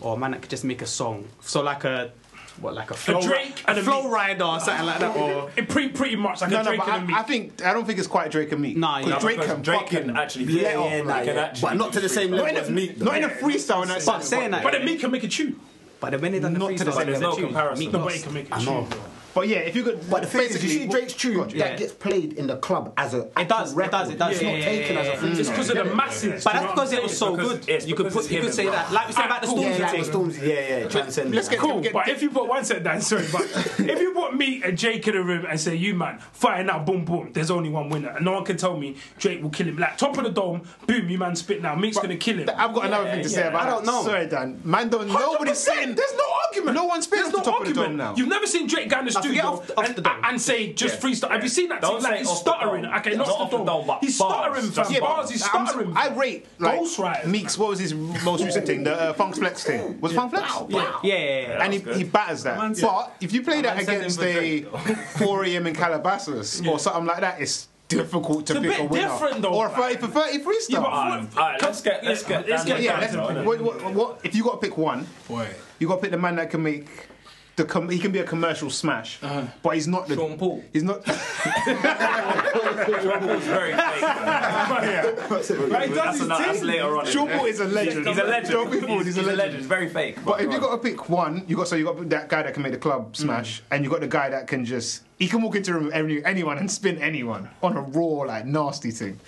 Speaker 6: or a man that could just make a song? So like a what, like a flow,
Speaker 10: Drake
Speaker 6: a
Speaker 10: and a
Speaker 6: flow
Speaker 10: Meek.
Speaker 6: rider or something like that, or
Speaker 10: It pretty pretty much like
Speaker 1: No,
Speaker 10: a
Speaker 1: no,
Speaker 10: Drake
Speaker 1: but
Speaker 10: and a
Speaker 1: I, I
Speaker 10: Meek.
Speaker 1: think I don't think it's quite Drake and Meek.
Speaker 6: nah, you know,
Speaker 1: Because Drake can
Speaker 11: Drake
Speaker 1: fucking
Speaker 11: can actually
Speaker 7: Yeah,
Speaker 11: let off,
Speaker 7: yeah, nah,
Speaker 11: like,
Speaker 7: yeah.
Speaker 11: and actually
Speaker 7: But not to the
Speaker 11: do
Speaker 7: same
Speaker 11: freestyle.
Speaker 1: not
Speaker 7: level.
Speaker 1: in a,
Speaker 7: as Meek, though.
Speaker 1: not in a freestyle. And that's
Speaker 6: but saying that,
Speaker 10: But
Speaker 6: yeah,
Speaker 10: then Meek can make a tune.
Speaker 6: but then when they done the
Speaker 1: Not to the
Speaker 6: freestyle,
Speaker 1: same
Speaker 6: there's
Speaker 11: level.
Speaker 6: a tune,
Speaker 11: comparison.
Speaker 6: Meek
Speaker 11: No,
Speaker 10: Nobody
Speaker 6: lost.
Speaker 10: can make a
Speaker 7: I
Speaker 10: tune.
Speaker 7: know.
Speaker 10: bro.
Speaker 1: But yeah, if you could,
Speaker 7: But the thing is, you see
Speaker 1: what-
Speaker 7: Drake's tune
Speaker 6: Yeah.
Speaker 7: that gets played in the club as a actual
Speaker 6: does, it
Speaker 7: record.
Speaker 6: does, it does,
Speaker 7: It's
Speaker 6: yeah,
Speaker 7: not
Speaker 6: yeah,
Speaker 7: taken
Speaker 6: yeah,
Speaker 7: as a
Speaker 6: yeah.
Speaker 7: freestyle.
Speaker 10: It's because of the masses.
Speaker 6: But
Speaker 10: do you
Speaker 6: that's
Speaker 10: know
Speaker 6: because
Speaker 10: what
Speaker 6: it
Speaker 10: I'm
Speaker 6: was so
Speaker 11: Because-
Speaker 6: good.
Speaker 11: yes,
Speaker 6: you could
Speaker 11: because
Speaker 6: put,
Speaker 11: it's
Speaker 6: you
Speaker 11: him
Speaker 6: could
Speaker 11: and
Speaker 6: say
Speaker 11: rap.
Speaker 6: that. Like we said about the
Speaker 10: Alright, cool.
Speaker 6: Stormzy
Speaker 7: Yeah, like the
Speaker 6: thing.
Speaker 7: Stormzy, yeah, yeah. Transcendent.
Speaker 1: let's get-
Speaker 10: Cool, but if you put one set down, sorry, but if you put me and Jake in a room and say, "You man, fighting out, boom, boom," there's only one winner, and no one can tell me Drake will kill him. Like top of the dome, boom, you man spit now, Meek's gonna kill him.
Speaker 1: Th- I've got another thing to say about
Speaker 6: I don't
Speaker 1: that.
Speaker 6: know.
Speaker 1: Sorry, Dan. Man, don't nobody's
Speaker 10: 100%,
Speaker 1: saying.
Speaker 10: There's no argument.
Speaker 1: No one's spitting
Speaker 10: There's
Speaker 1: off the top of the dome now.
Speaker 10: You've never seen Drake go in the
Speaker 6: Now, forget
Speaker 10: studio
Speaker 6: off- off
Speaker 10: and,
Speaker 6: the dome.
Speaker 10: and say just freestyle. Have you seen that?
Speaker 11: Don't
Speaker 10: thing?
Speaker 11: say
Speaker 10: Like he's
Speaker 11: off the
Speaker 10: stuttering.
Speaker 11: dome.
Speaker 10: Okay,
Speaker 11: Yeah,
Speaker 10: not
Speaker 11: not
Speaker 10: off the dome.
Speaker 11: but
Speaker 10: He's
Speaker 11: bars.
Speaker 10: stuttering,
Speaker 11: That's
Speaker 10: fam.
Speaker 11: what-
Speaker 10: Bars. He's
Speaker 1: I'm-
Speaker 10: stuttering.
Speaker 1: I rate like
Speaker 10: Ghostwriters,
Speaker 1: Meeks. What was his most recent thing? The uh, Funk Flex thing. Was Funk Flex?
Speaker 6: Yeah, yeah, yeah.
Speaker 1: and he, he batters that. but if you play that
Speaker 11: man said
Speaker 1: against
Speaker 11: him
Speaker 1: a 4
Speaker 11: for
Speaker 1: a.m. in Calabasas or something like that, it's difficult to
Speaker 10: It's a
Speaker 1: pick
Speaker 10: bit
Speaker 1: a winner.
Speaker 10: different though,
Speaker 1: or a 30 for 30 freestyle.
Speaker 10: Yeah,
Speaker 11: Um,
Speaker 10: but what-
Speaker 11: all right, let's get- let's get
Speaker 10: let's
Speaker 11: down
Speaker 10: get
Speaker 11: to
Speaker 1: Yeah,
Speaker 11: it.
Speaker 10: down
Speaker 1: let's,
Speaker 10: to it.
Speaker 1: what, what, what, if you got to pick one,
Speaker 2: Boy,
Speaker 1: you got to pick the man that can make. The com- he can be a commercial smash,
Speaker 10: Uh-huh.
Speaker 1: but he's not the.
Speaker 11: Sean Paul.
Speaker 1: He's not.
Speaker 11: It's very fake.
Speaker 1: Right,
Speaker 11: That's, another, that's later on.
Speaker 1: Sean Paul is a legend.
Speaker 11: He's a legend.
Speaker 1: Don't be fooled. He's, a legend.
Speaker 11: Very fake.
Speaker 1: But if you
Speaker 11: go
Speaker 1: got to pick one, you got so you got that guy that can make the club smash, and you got the guy that can just he can walk into a room with any, anyone and spin anyone on a raw like nasty thing.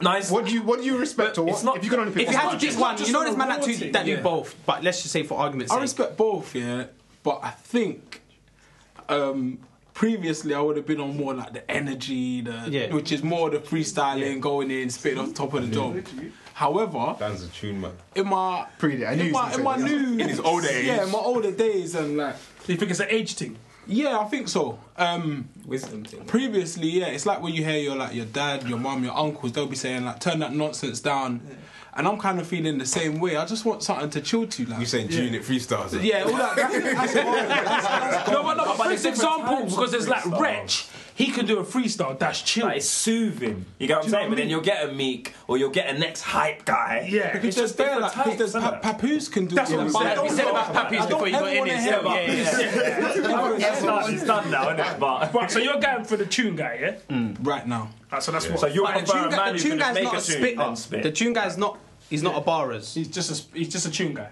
Speaker 11: nice.
Speaker 1: What do you what do you respect
Speaker 11: But
Speaker 1: or what?
Speaker 11: it's not-
Speaker 1: if you can only pick
Speaker 6: If you
Speaker 1: one,
Speaker 6: had to
Speaker 10: just-
Speaker 6: pick one,
Speaker 10: just
Speaker 6: you know
Speaker 10: on
Speaker 6: there's
Speaker 10: a
Speaker 6: man that do
Speaker 10: royalty,
Speaker 6: that do
Speaker 2: yeah.
Speaker 6: both. But let's just say for argument's
Speaker 2: I
Speaker 6: sake,
Speaker 2: respect both, yeah, but I think um, previously I would have been on more like the energy, the
Speaker 6: Yeah.
Speaker 2: which is more the freestyling, going in, spitting off top of the dome. However,
Speaker 3: Dan's a tune, man.
Speaker 2: in my
Speaker 1: Pretty, I knew
Speaker 2: in
Speaker 1: you
Speaker 2: my,
Speaker 1: was
Speaker 2: in
Speaker 1: gonna
Speaker 2: my
Speaker 1: say that.
Speaker 2: new
Speaker 3: In his older age.
Speaker 2: yeah, in my older days, and like
Speaker 10: Do you think it's an age thing?
Speaker 2: yeah, I think so. Um,
Speaker 11: Wisdom thing.
Speaker 2: previously, yeah, it's like when you hear your like your dad, your mum, your uncles, they'll be saying like turn that nonsense down, and I'm kind of feeling the same way. I just want something to chill to, like
Speaker 3: You saying tune it freestyles? eh?
Speaker 2: yeah, all that. that's- that's-
Speaker 10: No, but no, but for
Speaker 11: there's different
Speaker 10: example,
Speaker 11: types of
Speaker 10: because there's like
Speaker 11: freestyle.
Speaker 10: Wretch, he can do a freestyle that's chill.
Speaker 11: Like, it's soothing. You get what I'm
Speaker 10: Do you know what I
Speaker 11: saying? But then
Speaker 10: mean?
Speaker 11: you'll get a Meek or you'll get a next hype guy.
Speaker 10: Yeah.
Speaker 2: Because there's
Speaker 10: It's just
Speaker 2: there,
Speaker 10: different
Speaker 2: like, because there's
Speaker 10: types,
Speaker 2: pa-
Speaker 10: innit?
Speaker 2: Papoose can do
Speaker 10: That's
Speaker 2: all
Speaker 10: what we
Speaker 2: that.
Speaker 10: said.
Speaker 2: But I don't
Speaker 10: We said
Speaker 2: know-
Speaker 10: about
Speaker 2: I
Speaker 11: Papoose
Speaker 2: don't
Speaker 11: before you
Speaker 2: ever
Speaker 11: got in
Speaker 2: wanna
Speaker 11: here.
Speaker 2: hear
Speaker 11: Yeah,
Speaker 2: about-
Speaker 11: but- It's done, it's done now, isn't it? But, Mm.
Speaker 10: Right, so you're going for the tune guy, yeah?
Speaker 2: Right now.
Speaker 10: Right, so that's what.
Speaker 11: so you
Speaker 6: But the
Speaker 11: prefer
Speaker 6: tune,
Speaker 11: a man
Speaker 6: guy, the
Speaker 11: who
Speaker 6: tune
Speaker 11: can just
Speaker 6: guy's
Speaker 11: make
Speaker 6: not a
Speaker 11: a
Speaker 6: spit.
Speaker 11: tune
Speaker 6: man.
Speaker 11: and
Speaker 6: The
Speaker 11: spit.
Speaker 6: tune guy's not. He's not a barrers.
Speaker 10: he's just a he's just a tune guy.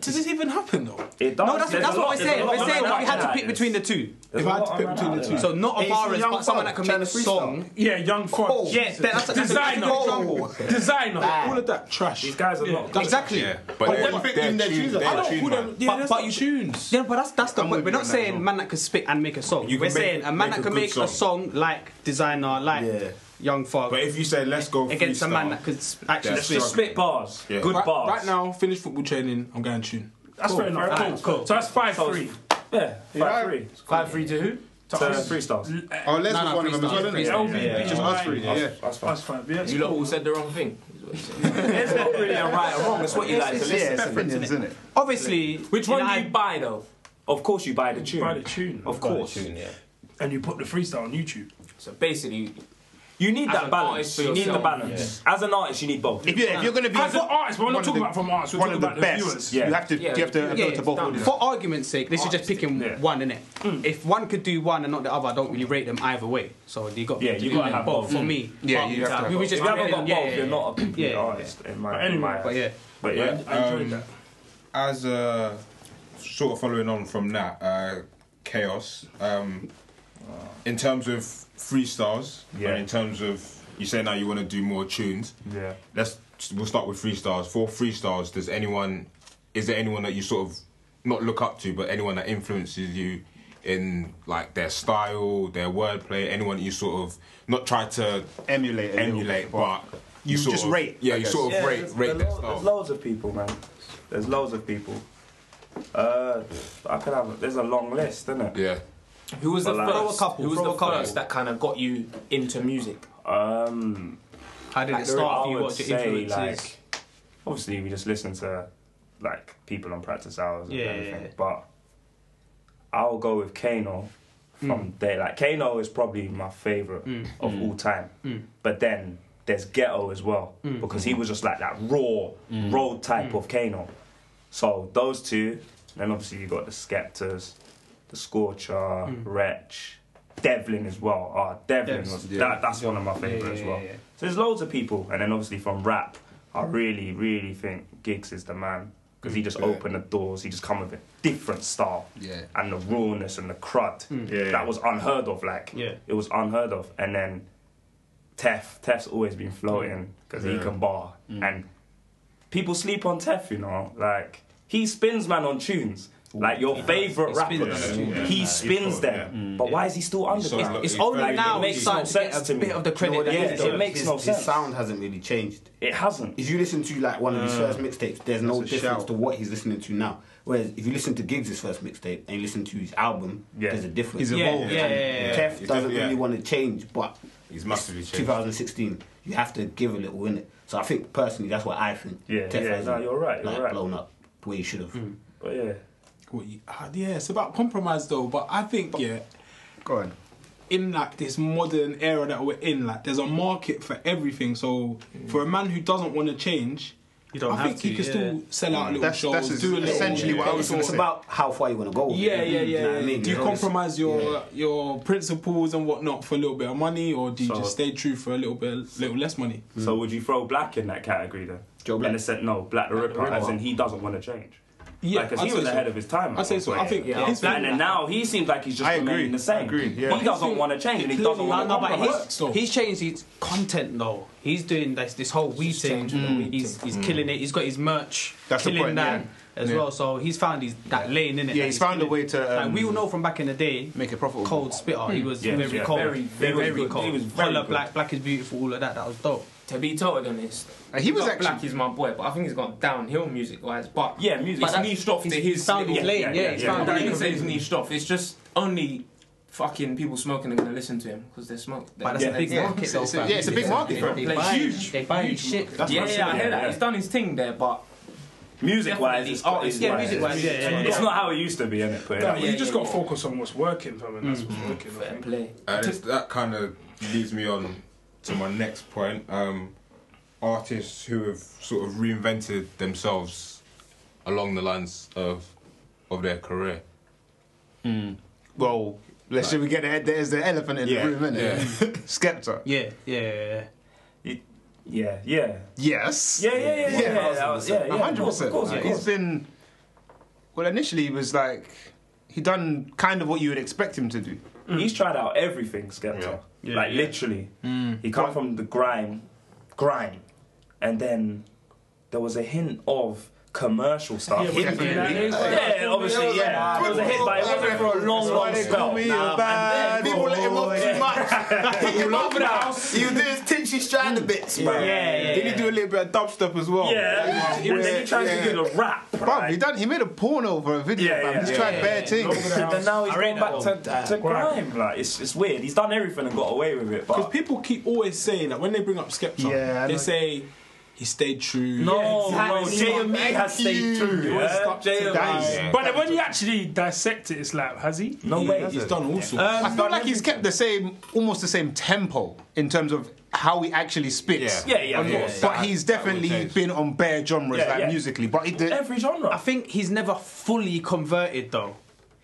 Speaker 2: Does this even happen though?
Speaker 11: It does.
Speaker 6: No, that's,
Speaker 11: There's
Speaker 6: that's
Speaker 11: a
Speaker 6: what
Speaker 11: lot-
Speaker 6: we're
Speaker 11: there's a
Speaker 6: saying.
Speaker 11: lot
Speaker 6: We're
Speaker 11: of
Speaker 6: saying
Speaker 11: man
Speaker 6: if you had to
Speaker 11: out
Speaker 6: pick
Speaker 11: there.
Speaker 6: between the two,
Speaker 11: There's
Speaker 2: If
Speaker 11: a
Speaker 2: I had
Speaker 11: lot
Speaker 2: to
Speaker 11: of
Speaker 2: pick
Speaker 11: man
Speaker 2: between
Speaker 11: out
Speaker 2: the
Speaker 11: there.
Speaker 2: two.
Speaker 6: so not a
Speaker 1: Hey, you see
Speaker 6: barrers,
Speaker 1: Young
Speaker 6: but someone
Speaker 1: Thug
Speaker 6: that can
Speaker 1: trying
Speaker 6: make a
Speaker 1: to freestyle?
Speaker 6: song.
Speaker 10: Yeah, young
Speaker 6: Yeah,
Speaker 10: Fod.
Speaker 6: Oh, that- that's, that's
Speaker 10: Designer.
Speaker 6: a good example.
Speaker 10: Designer.
Speaker 2: All of that trash.
Speaker 11: These guys are not.
Speaker 6: Oh, Exactly.
Speaker 3: Yeah, but they're,
Speaker 7: what-
Speaker 3: they're,
Speaker 7: in their
Speaker 3: tuned,
Speaker 7: tunes,
Speaker 3: they're
Speaker 7: I don't
Speaker 3: tuned,
Speaker 2: All
Speaker 3: man.
Speaker 2: them- yeah,
Speaker 6: But-
Speaker 2: that's
Speaker 6: but
Speaker 2: not
Speaker 6: you-
Speaker 2: tunes.
Speaker 6: Yeah, but that's that's the
Speaker 1: I'm with
Speaker 6: point. We're
Speaker 1: you
Speaker 6: not
Speaker 1: on that as
Speaker 6: saying
Speaker 1: well.
Speaker 6: man that can spit and make a song.
Speaker 3: You
Speaker 6: We're
Speaker 3: can make-
Speaker 6: saying a man
Speaker 3: make
Speaker 6: that
Speaker 3: a
Speaker 6: can
Speaker 3: good
Speaker 6: make a
Speaker 3: song.
Speaker 6: song like designer, like
Speaker 7: Yeah.
Speaker 6: young fog,
Speaker 3: But if you say let's go
Speaker 6: against a man that could s- actually
Speaker 3: That's
Speaker 11: Just
Speaker 6: spit.
Speaker 3: right.
Speaker 11: spit bars.
Speaker 3: Yeah.
Speaker 11: Good
Speaker 2: Right,
Speaker 11: bars.
Speaker 2: right now, finish football training. I'm going tune.
Speaker 10: That's fair enough.
Speaker 11: Alright,
Speaker 10: Cool.
Speaker 11: cool.
Speaker 10: So that's five
Speaker 11: So
Speaker 10: three.
Speaker 11: Yeah. Five three. Five three to who? To freestyles.
Speaker 1: Oh, let's
Speaker 6: No,
Speaker 1: pick
Speaker 6: no,
Speaker 1: one of them as well. innit?
Speaker 6: freestyle, freestyle.
Speaker 10: LVP,
Speaker 1: Just us three. Yeah.
Speaker 10: That's five. That's five. Yeah.
Speaker 11: You lot all said the wrong thing. It's not really a right or wrong. It's what you like to
Speaker 1: Yeah,
Speaker 11: listen.
Speaker 1: it's opinions, isn't it?
Speaker 6: Obviously,
Speaker 11: Which
Speaker 6: you
Speaker 11: one
Speaker 6: know,
Speaker 11: do you
Speaker 6: I-
Speaker 11: buy though? Of course you buy the tune.
Speaker 10: Buy the tune.
Speaker 11: Of course.
Speaker 10: And you put the freestyle on YouTube.
Speaker 11: So basically, you need
Speaker 5: As
Speaker 11: that
Speaker 5: an
Speaker 11: balance.
Speaker 5: artist for
Speaker 11: You need the
Speaker 5: yourself,
Speaker 11: balance. As an artist, you need both.
Speaker 1: If, you, if you're going to be
Speaker 10: As an artist, but we're
Speaker 1: one
Speaker 10: not
Speaker 1: of
Speaker 10: talking
Speaker 1: the-
Speaker 10: about from artists. We're
Speaker 1: one
Speaker 10: talking
Speaker 1: of the
Speaker 10: about the
Speaker 1: best,
Speaker 10: viewers.
Speaker 11: Yeah.
Speaker 1: you have to
Speaker 11: Yeah,
Speaker 1: you have to
Speaker 11: yeah,
Speaker 1: appeal to
Speaker 11: it's
Speaker 1: both
Speaker 11: down
Speaker 1: audiences.
Speaker 6: For argument's sake, this is just picking
Speaker 11: yeah.
Speaker 6: one, innit? If one could do one and not the other, I don't really rate them either way. So you got
Speaker 11: Yeah,
Speaker 6: to
Speaker 11: you
Speaker 6: do
Speaker 11: gotta have both.
Speaker 6: for me.
Speaker 1: Yeah,
Speaker 6: But
Speaker 1: you have to have
Speaker 6: we
Speaker 1: both.
Speaker 6: just
Speaker 11: If you haven't got
Speaker 6: yeah,
Speaker 11: both,
Speaker 6: yeah,
Speaker 11: you're not a complete
Speaker 6: Yeah.
Speaker 11: artist. In my,
Speaker 10: But
Speaker 11: in my
Speaker 10: anyway,
Speaker 6: But yeah,
Speaker 2: um,
Speaker 11: But yeah.
Speaker 10: I enjoyed that.
Speaker 3: as a sort of following on from that uh, chaos, um, in terms of freestyles,
Speaker 4: Yeah.
Speaker 3: and in terms of you say now you want to do more tunes.
Speaker 4: Yeah.
Speaker 3: Let's we'll start with freestyles. For freestyles, does anyone is there anyone that you sort of not look up to, but anyone that influences you in like their style, their wordplay, anyone that you sort of not try to
Speaker 1: emulate,
Speaker 3: emulate, but you, sort
Speaker 4: just
Speaker 3: of-
Speaker 4: rate,
Speaker 3: Yeah,
Speaker 4: I
Speaker 3: you
Speaker 4: guess.
Speaker 3: sort of
Speaker 4: Yeah,
Speaker 3: rate
Speaker 4: there's-
Speaker 3: rate
Speaker 4: there's
Speaker 3: their
Speaker 4: lo-
Speaker 3: style.
Speaker 4: There's loads of people, man. There's loads of people. Uh, I could have. There's a long list, isn't it?
Speaker 3: Yeah.
Speaker 11: Who was the
Speaker 4: But like-
Speaker 11: first? who was the first that kind of got you into music?
Speaker 4: Um,
Speaker 6: How did
Speaker 11: Like
Speaker 6: it
Speaker 11: the-
Speaker 6: start
Speaker 11: I
Speaker 6: for you?
Speaker 11: would
Speaker 6: What's your
Speaker 11: say,
Speaker 6: influences?
Speaker 4: like, obviously we just listen to like people on practice hours and
Speaker 6: Yeah, yeah,
Speaker 4: everything,
Speaker 6: yeah.
Speaker 4: but I'll go with Kano from day. Like Kano is probably my favorite
Speaker 6: Mm.
Speaker 4: of all time. But then there's Ghetto as well
Speaker 6: Mm.
Speaker 4: because he was just like that raw
Speaker 6: Mm.
Speaker 4: road type of Kano. So those two, then obviously you got the Skeptors, the Scorcher,
Speaker 6: Mm.
Speaker 4: Wretch, Devlin as well. Ah, Devlin
Speaker 6: Devs.
Speaker 4: was
Speaker 6: Yeah.
Speaker 4: that, that's one of my favorites
Speaker 6: Yeah, yeah,
Speaker 4: as well.
Speaker 6: yeah, yeah.
Speaker 4: So there's loads of people, and then obviously from rap, I really, really think Gigs is the man because he just
Speaker 6: Mm.
Speaker 3: Yeah.
Speaker 4: opened the doors. He just come with a different style
Speaker 3: Yeah.
Speaker 4: and the rawness and the crud
Speaker 3: Yeah, yeah.
Speaker 4: that was unheard of. Like
Speaker 6: Hmm. Yeah.
Speaker 4: it was unheard of. And then Tef, Tef's always been
Speaker 6: Hmm.
Speaker 4: floating because he
Speaker 3: Yeah.
Speaker 4: can bar, and people sleep on Tef. You know, like he spins man on tunes. Like your favorite
Speaker 6: He spins
Speaker 4: rappers,
Speaker 6: on tunes, yeah.
Speaker 4: he
Speaker 6: Yeah.
Speaker 4: spins them. But why is he still under?
Speaker 3: so
Speaker 4: It's,
Speaker 3: he's
Speaker 4: it's only
Speaker 3: very
Speaker 4: now
Speaker 6: now
Speaker 4: it
Speaker 6: it's
Speaker 4: makes
Speaker 6: starting
Speaker 4: no
Speaker 6: to
Speaker 4: sense
Speaker 6: get
Speaker 4: to
Speaker 6: a
Speaker 4: me.
Speaker 6: bit of the credit. that
Speaker 4: yeah,
Speaker 6: he
Speaker 4: it
Speaker 6: deserves.
Speaker 4: makes
Speaker 7: his,
Speaker 4: no
Speaker 7: his
Speaker 4: sense.
Speaker 7: sound hasn't really changed.
Speaker 4: It hasn't.
Speaker 7: If you listen to like one of his first mixtapes, there's no
Speaker 1: That's a
Speaker 7: difference
Speaker 1: shout.
Speaker 7: to what he's listening to now. Whereas if you listen to Giggs' first mixtape and you listen to his album,
Speaker 4: Yeah.
Speaker 7: there's a difference.
Speaker 1: He's
Speaker 6: Yeah,
Speaker 1: evolved.
Speaker 6: yeah, yeah, yeah.
Speaker 7: Tef doesn't
Speaker 3: He's definitely-
Speaker 7: really want to change, but
Speaker 3: He's massively
Speaker 7: it's
Speaker 3: changed.
Speaker 7: 2016, you have to give a little in it. So I think personally, that's what I think.
Speaker 4: Yeah,
Speaker 7: Tef
Speaker 4: yeah,
Speaker 7: hasn't,
Speaker 4: no, you're right, you're
Speaker 7: like,
Speaker 4: right.
Speaker 7: blown up the way he should have.
Speaker 4: But yeah.
Speaker 2: What you, ah, yeah, it's about compromise though. But I think yeah,
Speaker 1: Go on.
Speaker 2: in like this modern era that we're in, like there's a market for everything. So
Speaker 10: Mm.
Speaker 2: for a man who doesn't want to change,
Speaker 6: You don't
Speaker 2: I
Speaker 6: have
Speaker 2: think
Speaker 6: to,
Speaker 2: you can
Speaker 6: yeah.
Speaker 2: still sell out little
Speaker 1: Mm. That's-
Speaker 2: shows,
Speaker 1: that's is
Speaker 2: do a little
Speaker 1: essentially what I was gonna
Speaker 7: It's
Speaker 1: say.
Speaker 7: about how far you want to go. with it.
Speaker 2: Yeah, yeah,
Speaker 7: You know
Speaker 2: yeah.
Speaker 7: what I mean?
Speaker 2: do you
Speaker 7: It's always-
Speaker 2: compromise your your principles and whatnot for a little bit of money, or do you
Speaker 4: So-
Speaker 2: just stay true for a little bit, little less money?
Speaker 4: So would you throw Black in that category then?
Speaker 7: Joe Black?
Speaker 4: In the sen- no, Black the Ripper, as in he doesn't want to change.
Speaker 2: Yeah,
Speaker 4: because
Speaker 2: I'd
Speaker 4: he was
Speaker 2: say so.
Speaker 4: ahead of his time.
Speaker 2: I'd say so. I think
Speaker 11: Yeah,
Speaker 2: his
Speaker 4: And then now he seems like he's just
Speaker 1: I
Speaker 4: remaining
Speaker 1: agree.
Speaker 4: the same.
Speaker 1: I agree, yeah.
Speaker 4: He doesn't want to change and he doesn't
Speaker 6: No,
Speaker 4: want to
Speaker 6: no, but
Speaker 4: compromise.
Speaker 2: works, though.
Speaker 6: he's, he's changed his content though. He's doing this this whole weed thing. He's he's killing it. He's got his merch
Speaker 1: That's the
Speaker 6: killing
Speaker 1: point,
Speaker 6: that
Speaker 1: yeah.
Speaker 6: as
Speaker 1: Yeah.
Speaker 6: well. So he's found his that lane in it.
Speaker 1: Yeah, he's found a way to,
Speaker 6: like
Speaker 1: um,
Speaker 6: we all know from back in the day,
Speaker 1: Make it profitable.
Speaker 6: cold spitter. He was very
Speaker 4: yeah,
Speaker 6: cold, very,
Speaker 4: very- he
Speaker 6: very,
Speaker 4: was good.
Speaker 6: cold.
Speaker 4: He was very
Speaker 6: Colour
Speaker 4: good.
Speaker 6: black, black is beautiful. All of that. That was dope.
Speaker 11: To be totally honest,
Speaker 1: And he was
Speaker 11: Black-
Speaker 1: actually-
Speaker 11: Black is my boy, but I think he's gone downhill music wise. But
Speaker 4: Yeah, music-
Speaker 11: But
Speaker 4: it's
Speaker 11: that's-
Speaker 4: niched off to
Speaker 11: he's
Speaker 4: his
Speaker 6: found his
Speaker 4: yeah,
Speaker 6: lane.
Speaker 4: yeah,
Speaker 6: Yeah,
Speaker 4: yeah,
Speaker 6: he's
Speaker 4: yeah.
Speaker 6: found
Speaker 11: I
Speaker 6: that.
Speaker 11: wouldn't even say he's
Speaker 6: lane.
Speaker 11: niched off. It's just only fucking people smoking are gonna listen to him because they're smoking.
Speaker 6: But that's a big
Speaker 1: yeah.
Speaker 6: market though.
Speaker 1: It's a-
Speaker 6: fam.
Speaker 1: yeah, it's a big market, fam.
Speaker 6: They
Speaker 11: It's
Speaker 6: buy-
Speaker 11: huge.
Speaker 6: They buy shit.
Speaker 1: That's
Speaker 11: yeah,
Speaker 1: what I'm
Speaker 11: yeah, I
Speaker 1: saying.
Speaker 11: hear that.
Speaker 4: yeah.
Speaker 11: He's done his thing there, but
Speaker 4: Music wise,
Speaker 11: Definitely.
Speaker 4: it's,
Speaker 11: Oh,
Speaker 4: it's
Speaker 6: yeah,
Speaker 4: wise.
Speaker 6: music-wise, yeah, yeah,
Speaker 4: It's
Speaker 11: yeah.
Speaker 4: not how it used to be, innit? Put it
Speaker 10: No,
Speaker 4: that
Speaker 10: but
Speaker 4: way.
Speaker 10: you just
Speaker 11: yeah,
Speaker 10: got to focus on what's working, fam, and that's what's working. I
Speaker 11: fair
Speaker 10: think.
Speaker 11: play.
Speaker 3: Uh, this- that kind of leads me on to my next point. Um, artists who have sort of reinvented themselves along the lines of of their career.
Speaker 1: Well, let's should we get ahead? There's the elephant in
Speaker 3: Yeah,
Speaker 1: the room, isn't
Speaker 3: yeah.
Speaker 1: Skepta.
Speaker 6: Yeah, yeah, yeah.
Speaker 4: Yeah, yeah.
Speaker 1: Yes.
Speaker 4: Yeah, yeah, yeah, yeah.
Speaker 1: Yeah,
Speaker 4: yeah, that was- yeah, yeah,
Speaker 1: A hundred
Speaker 4: of course,
Speaker 1: percent.
Speaker 4: Of course, of
Speaker 1: He's
Speaker 4: course.
Speaker 1: been. Well, initially he was like he done kind of what you would expect him to do.
Speaker 4: He's tried out everything, Skepta.
Speaker 3: Yeah.
Speaker 6: Mm. Yeah, Mm.
Speaker 4: like
Speaker 6: yeah.
Speaker 4: literally, he come from the grime, grime, and then there was a hint of commercial stuff.
Speaker 10: Yeah, but
Speaker 4: Hidden-
Speaker 10: you know,
Speaker 1: Definitely.
Speaker 10: it's like-
Speaker 4: Yeah, obviously, yeah. It was a hit, but it wasn't for a long, long spell. Nah,
Speaker 1: bad People let him off too much. He came off now. He was doing tinchy strand a bit, man.
Speaker 4: yeah, yeah,
Speaker 1: Then he do a little bit of dubstep as well.
Speaker 4: Yeah,
Speaker 1: Like,
Speaker 4: and then he
Speaker 1: weird,
Speaker 4: tries
Speaker 1: yeah.
Speaker 4: to do the rap.
Speaker 1: Bruv, he
Speaker 4: right?
Speaker 1: done. He made a porno for a video.
Speaker 4: Yeah,
Speaker 1: fam.
Speaker 4: yeah,
Speaker 1: He's
Speaker 4: yeah,
Speaker 1: tried bad things.
Speaker 4: And then now he's
Speaker 6: I read
Speaker 4: going back
Speaker 6: that
Speaker 4: to, to grime. Like it's, it's weird. He's done everything and got away with it.
Speaker 2: Because
Speaker 4: But
Speaker 2: people keep always saying that when they bring up Skepta,
Speaker 1: Yeah, I
Speaker 2: they
Speaker 1: know.
Speaker 2: say he stayed true.
Speaker 4: no, no,
Speaker 11: exactly.
Speaker 4: JME has stayed true.
Speaker 2: He always stuck to
Speaker 4: JME.
Speaker 2: that.
Speaker 1: Yeah.
Speaker 10: But then when you actually dissect it, it's like, has he?
Speaker 4: No
Speaker 2: He-
Speaker 4: way.
Speaker 2: he's done all sorts.
Speaker 1: I feel like he's kept the same, almost the same tempo in terms of how he actually spits.
Speaker 4: Yeah, yeah, of course.
Speaker 1: But he's definitely been on bare genres,
Speaker 4: Yeah,
Speaker 1: like
Speaker 4: yeah.
Speaker 1: musically. But he did,
Speaker 4: every genre.
Speaker 6: I think he's never fully converted though.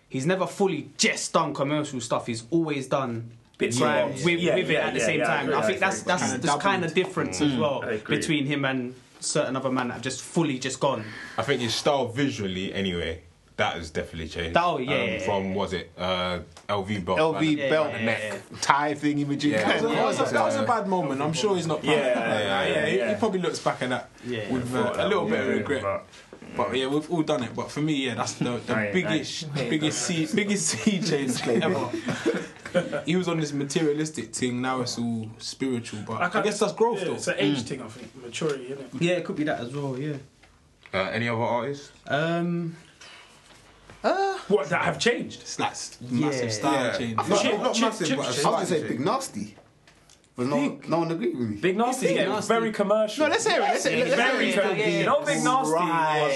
Speaker 6: He's never fully just done commercial stuff. He's always done
Speaker 4: Bits
Speaker 6: grime
Speaker 4: of-
Speaker 6: with,
Speaker 4: yeah,
Speaker 6: with it
Speaker 4: yeah,
Speaker 6: at the
Speaker 4: yeah,
Speaker 6: same
Speaker 4: yeah, I
Speaker 6: time.
Speaker 4: agree,
Speaker 6: I
Speaker 4: I
Speaker 6: think that's
Speaker 4: agree.
Speaker 6: that's
Speaker 2: Kinda
Speaker 6: the
Speaker 2: dabbled.
Speaker 6: kind of difference as well
Speaker 4: I agree.
Speaker 6: between him and certain other man that have just fully just gone.
Speaker 3: I think his style visually, anyway, that has definitely changed. Um,
Speaker 6: Oh, yeah, yeah, yeah,
Speaker 3: From was it uh, LV belt?
Speaker 1: LV
Speaker 3: man.
Speaker 1: belt neck tie thing imaging.
Speaker 3: Yeah.
Speaker 4: That was, a, that was a- that was a bad moment. I'm sure he's not proud.
Speaker 3: Yeah,
Speaker 4: of that.
Speaker 3: yeah,
Speaker 4: Nah,
Speaker 3: yeah,
Speaker 4: he- He
Speaker 3: yeah.
Speaker 4: probably looks back at that
Speaker 3: Yeah.
Speaker 4: with
Speaker 3: I
Speaker 4: uh,
Speaker 3: thought that
Speaker 4: a little
Speaker 3: was
Speaker 4: bit of
Speaker 3: good,
Speaker 4: regret. But, yeah, we've all done it. But for me, yeah, that's the, the
Speaker 3: Aye,
Speaker 4: biggest,
Speaker 3: aye.
Speaker 4: biggest, sea, biggest sea change ever. he was on this materialistic thing. Now it's all spiritual. But I,
Speaker 10: can't-
Speaker 4: guess that's growth,
Speaker 10: yeah,
Speaker 4: though.
Speaker 10: It's an
Speaker 1: Mm.
Speaker 10: age thing, I think. Maturity, isn't it?
Speaker 6: Yeah, it could be that as well. Yeah.
Speaker 3: Uh, any other artists?
Speaker 6: Um.
Speaker 10: what that have changed?
Speaker 4: It's like s-
Speaker 3: massive style Yeah. change.
Speaker 7: Not,
Speaker 3: Chip-
Speaker 7: not
Speaker 3: chip-
Speaker 7: massive,
Speaker 3: chip
Speaker 7: but
Speaker 3: change.
Speaker 7: I was gonna say big nasty, but no, one- no one agreed with me. Big
Speaker 11: Nasty's getting very commercial.
Speaker 7: No, let's hear it. Let's hear it. Let's
Speaker 11: Very,
Speaker 7: hear it.
Speaker 11: very big. No Big Nasty was grime.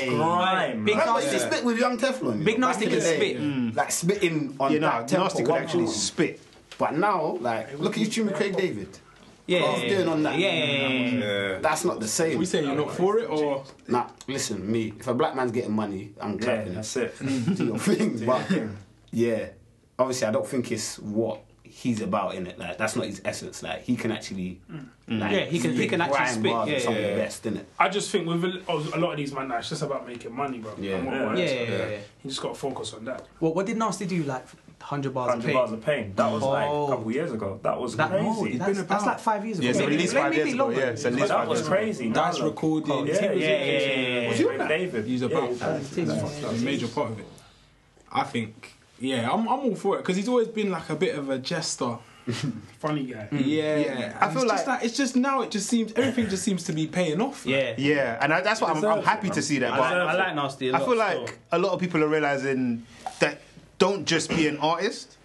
Speaker 7: Big
Speaker 11: Big
Speaker 7: nasty
Speaker 11: Nasty-
Speaker 7: used to spit with young Teflon.
Speaker 11: Big
Speaker 7: back
Speaker 11: Nasty
Speaker 7: in the
Speaker 11: could
Speaker 7: day.
Speaker 11: spit.
Speaker 10: Mm.
Speaker 7: like spitting on
Speaker 1: Yeah, no,
Speaker 7: that tempo,
Speaker 1: Nasty could
Speaker 7: one
Speaker 1: actually
Speaker 7: pound.
Speaker 1: spit.
Speaker 7: But now, like, look at you tuning Craig David.
Speaker 6: Yeah,
Speaker 7: What I was
Speaker 6: yeah,
Speaker 7: doing on that.
Speaker 6: yeah, yeah, yeah, yeah.
Speaker 7: That's not the same.
Speaker 4: We saying you're not for it, or
Speaker 7: nah? Listen, me. If a black man's getting money, I'm
Speaker 4: Yeah,
Speaker 7: clapping.
Speaker 4: that's
Speaker 7: it. Do your thing, but yeah. Obviously, I don't think it's what he's about in it. Like, that's not his essence. Like, he can actually, like,
Speaker 10: Yeah, he can- he can actually
Speaker 7: grind
Speaker 10: spit.
Speaker 7: bars
Speaker 10: Yeah,
Speaker 7: and some of
Speaker 10: yeah,
Speaker 7: the
Speaker 10: yeah.
Speaker 7: best in it.
Speaker 10: I just think with a, of a lot of these man, now, it's just about making money, bro.
Speaker 7: Yeah.
Speaker 10: And what
Speaker 7: Yeah.
Speaker 10: works.
Speaker 6: Yeah, yeah, yeah.
Speaker 10: You just got to focus on that.
Speaker 6: What What did Nasty do? Like hundred bars.
Speaker 10: 100
Speaker 6: of pain?
Speaker 10: bars of pain.
Speaker 7: That was,
Speaker 10: like,
Speaker 6: a
Speaker 1: Oh.
Speaker 7: couple years ago. That was
Speaker 6: that,
Speaker 10: crazy.
Speaker 6: no,
Speaker 10: It's
Speaker 6: that's,
Speaker 10: been
Speaker 6: that's
Speaker 10: about-
Speaker 6: like five years ago.
Speaker 10: Yeah, it's
Speaker 6: Maybe-
Speaker 10: at least
Speaker 6: maybe
Speaker 10: five years ago,
Speaker 6: longer.
Speaker 10: yeah, it's at least That five was years ago. crazy.
Speaker 4: That's
Speaker 10: Nah, look.
Speaker 4: recorded.
Speaker 10: Oh, yeah, yeah, yeah, yeah, yeah.
Speaker 4: Was
Speaker 10: you in that?
Speaker 4: He's
Speaker 10: Yeah,
Speaker 4: about.
Speaker 10: he was.
Speaker 4: He's a major part of it. I think. Yeah, I'm. I'm all for it because he's always been like a bit of a jester.
Speaker 10: Funny guy.
Speaker 4: Yeah,
Speaker 1: I
Speaker 4: I
Speaker 1: feel
Speaker 4: feel like, it's just now. It just seems everything just seems to be paying off.
Speaker 6: Yeah,
Speaker 1: Yeah, and I, that's what I'm, I'm
Speaker 4: Deserves it,
Speaker 1: happy to
Speaker 4: man.
Speaker 1: see that.
Speaker 4: I
Speaker 1: But
Speaker 4: like- I like Nasty a
Speaker 1: I
Speaker 4: lot
Speaker 1: feel like
Speaker 4: still.
Speaker 1: a lot of people are realizing that don't just be an artist.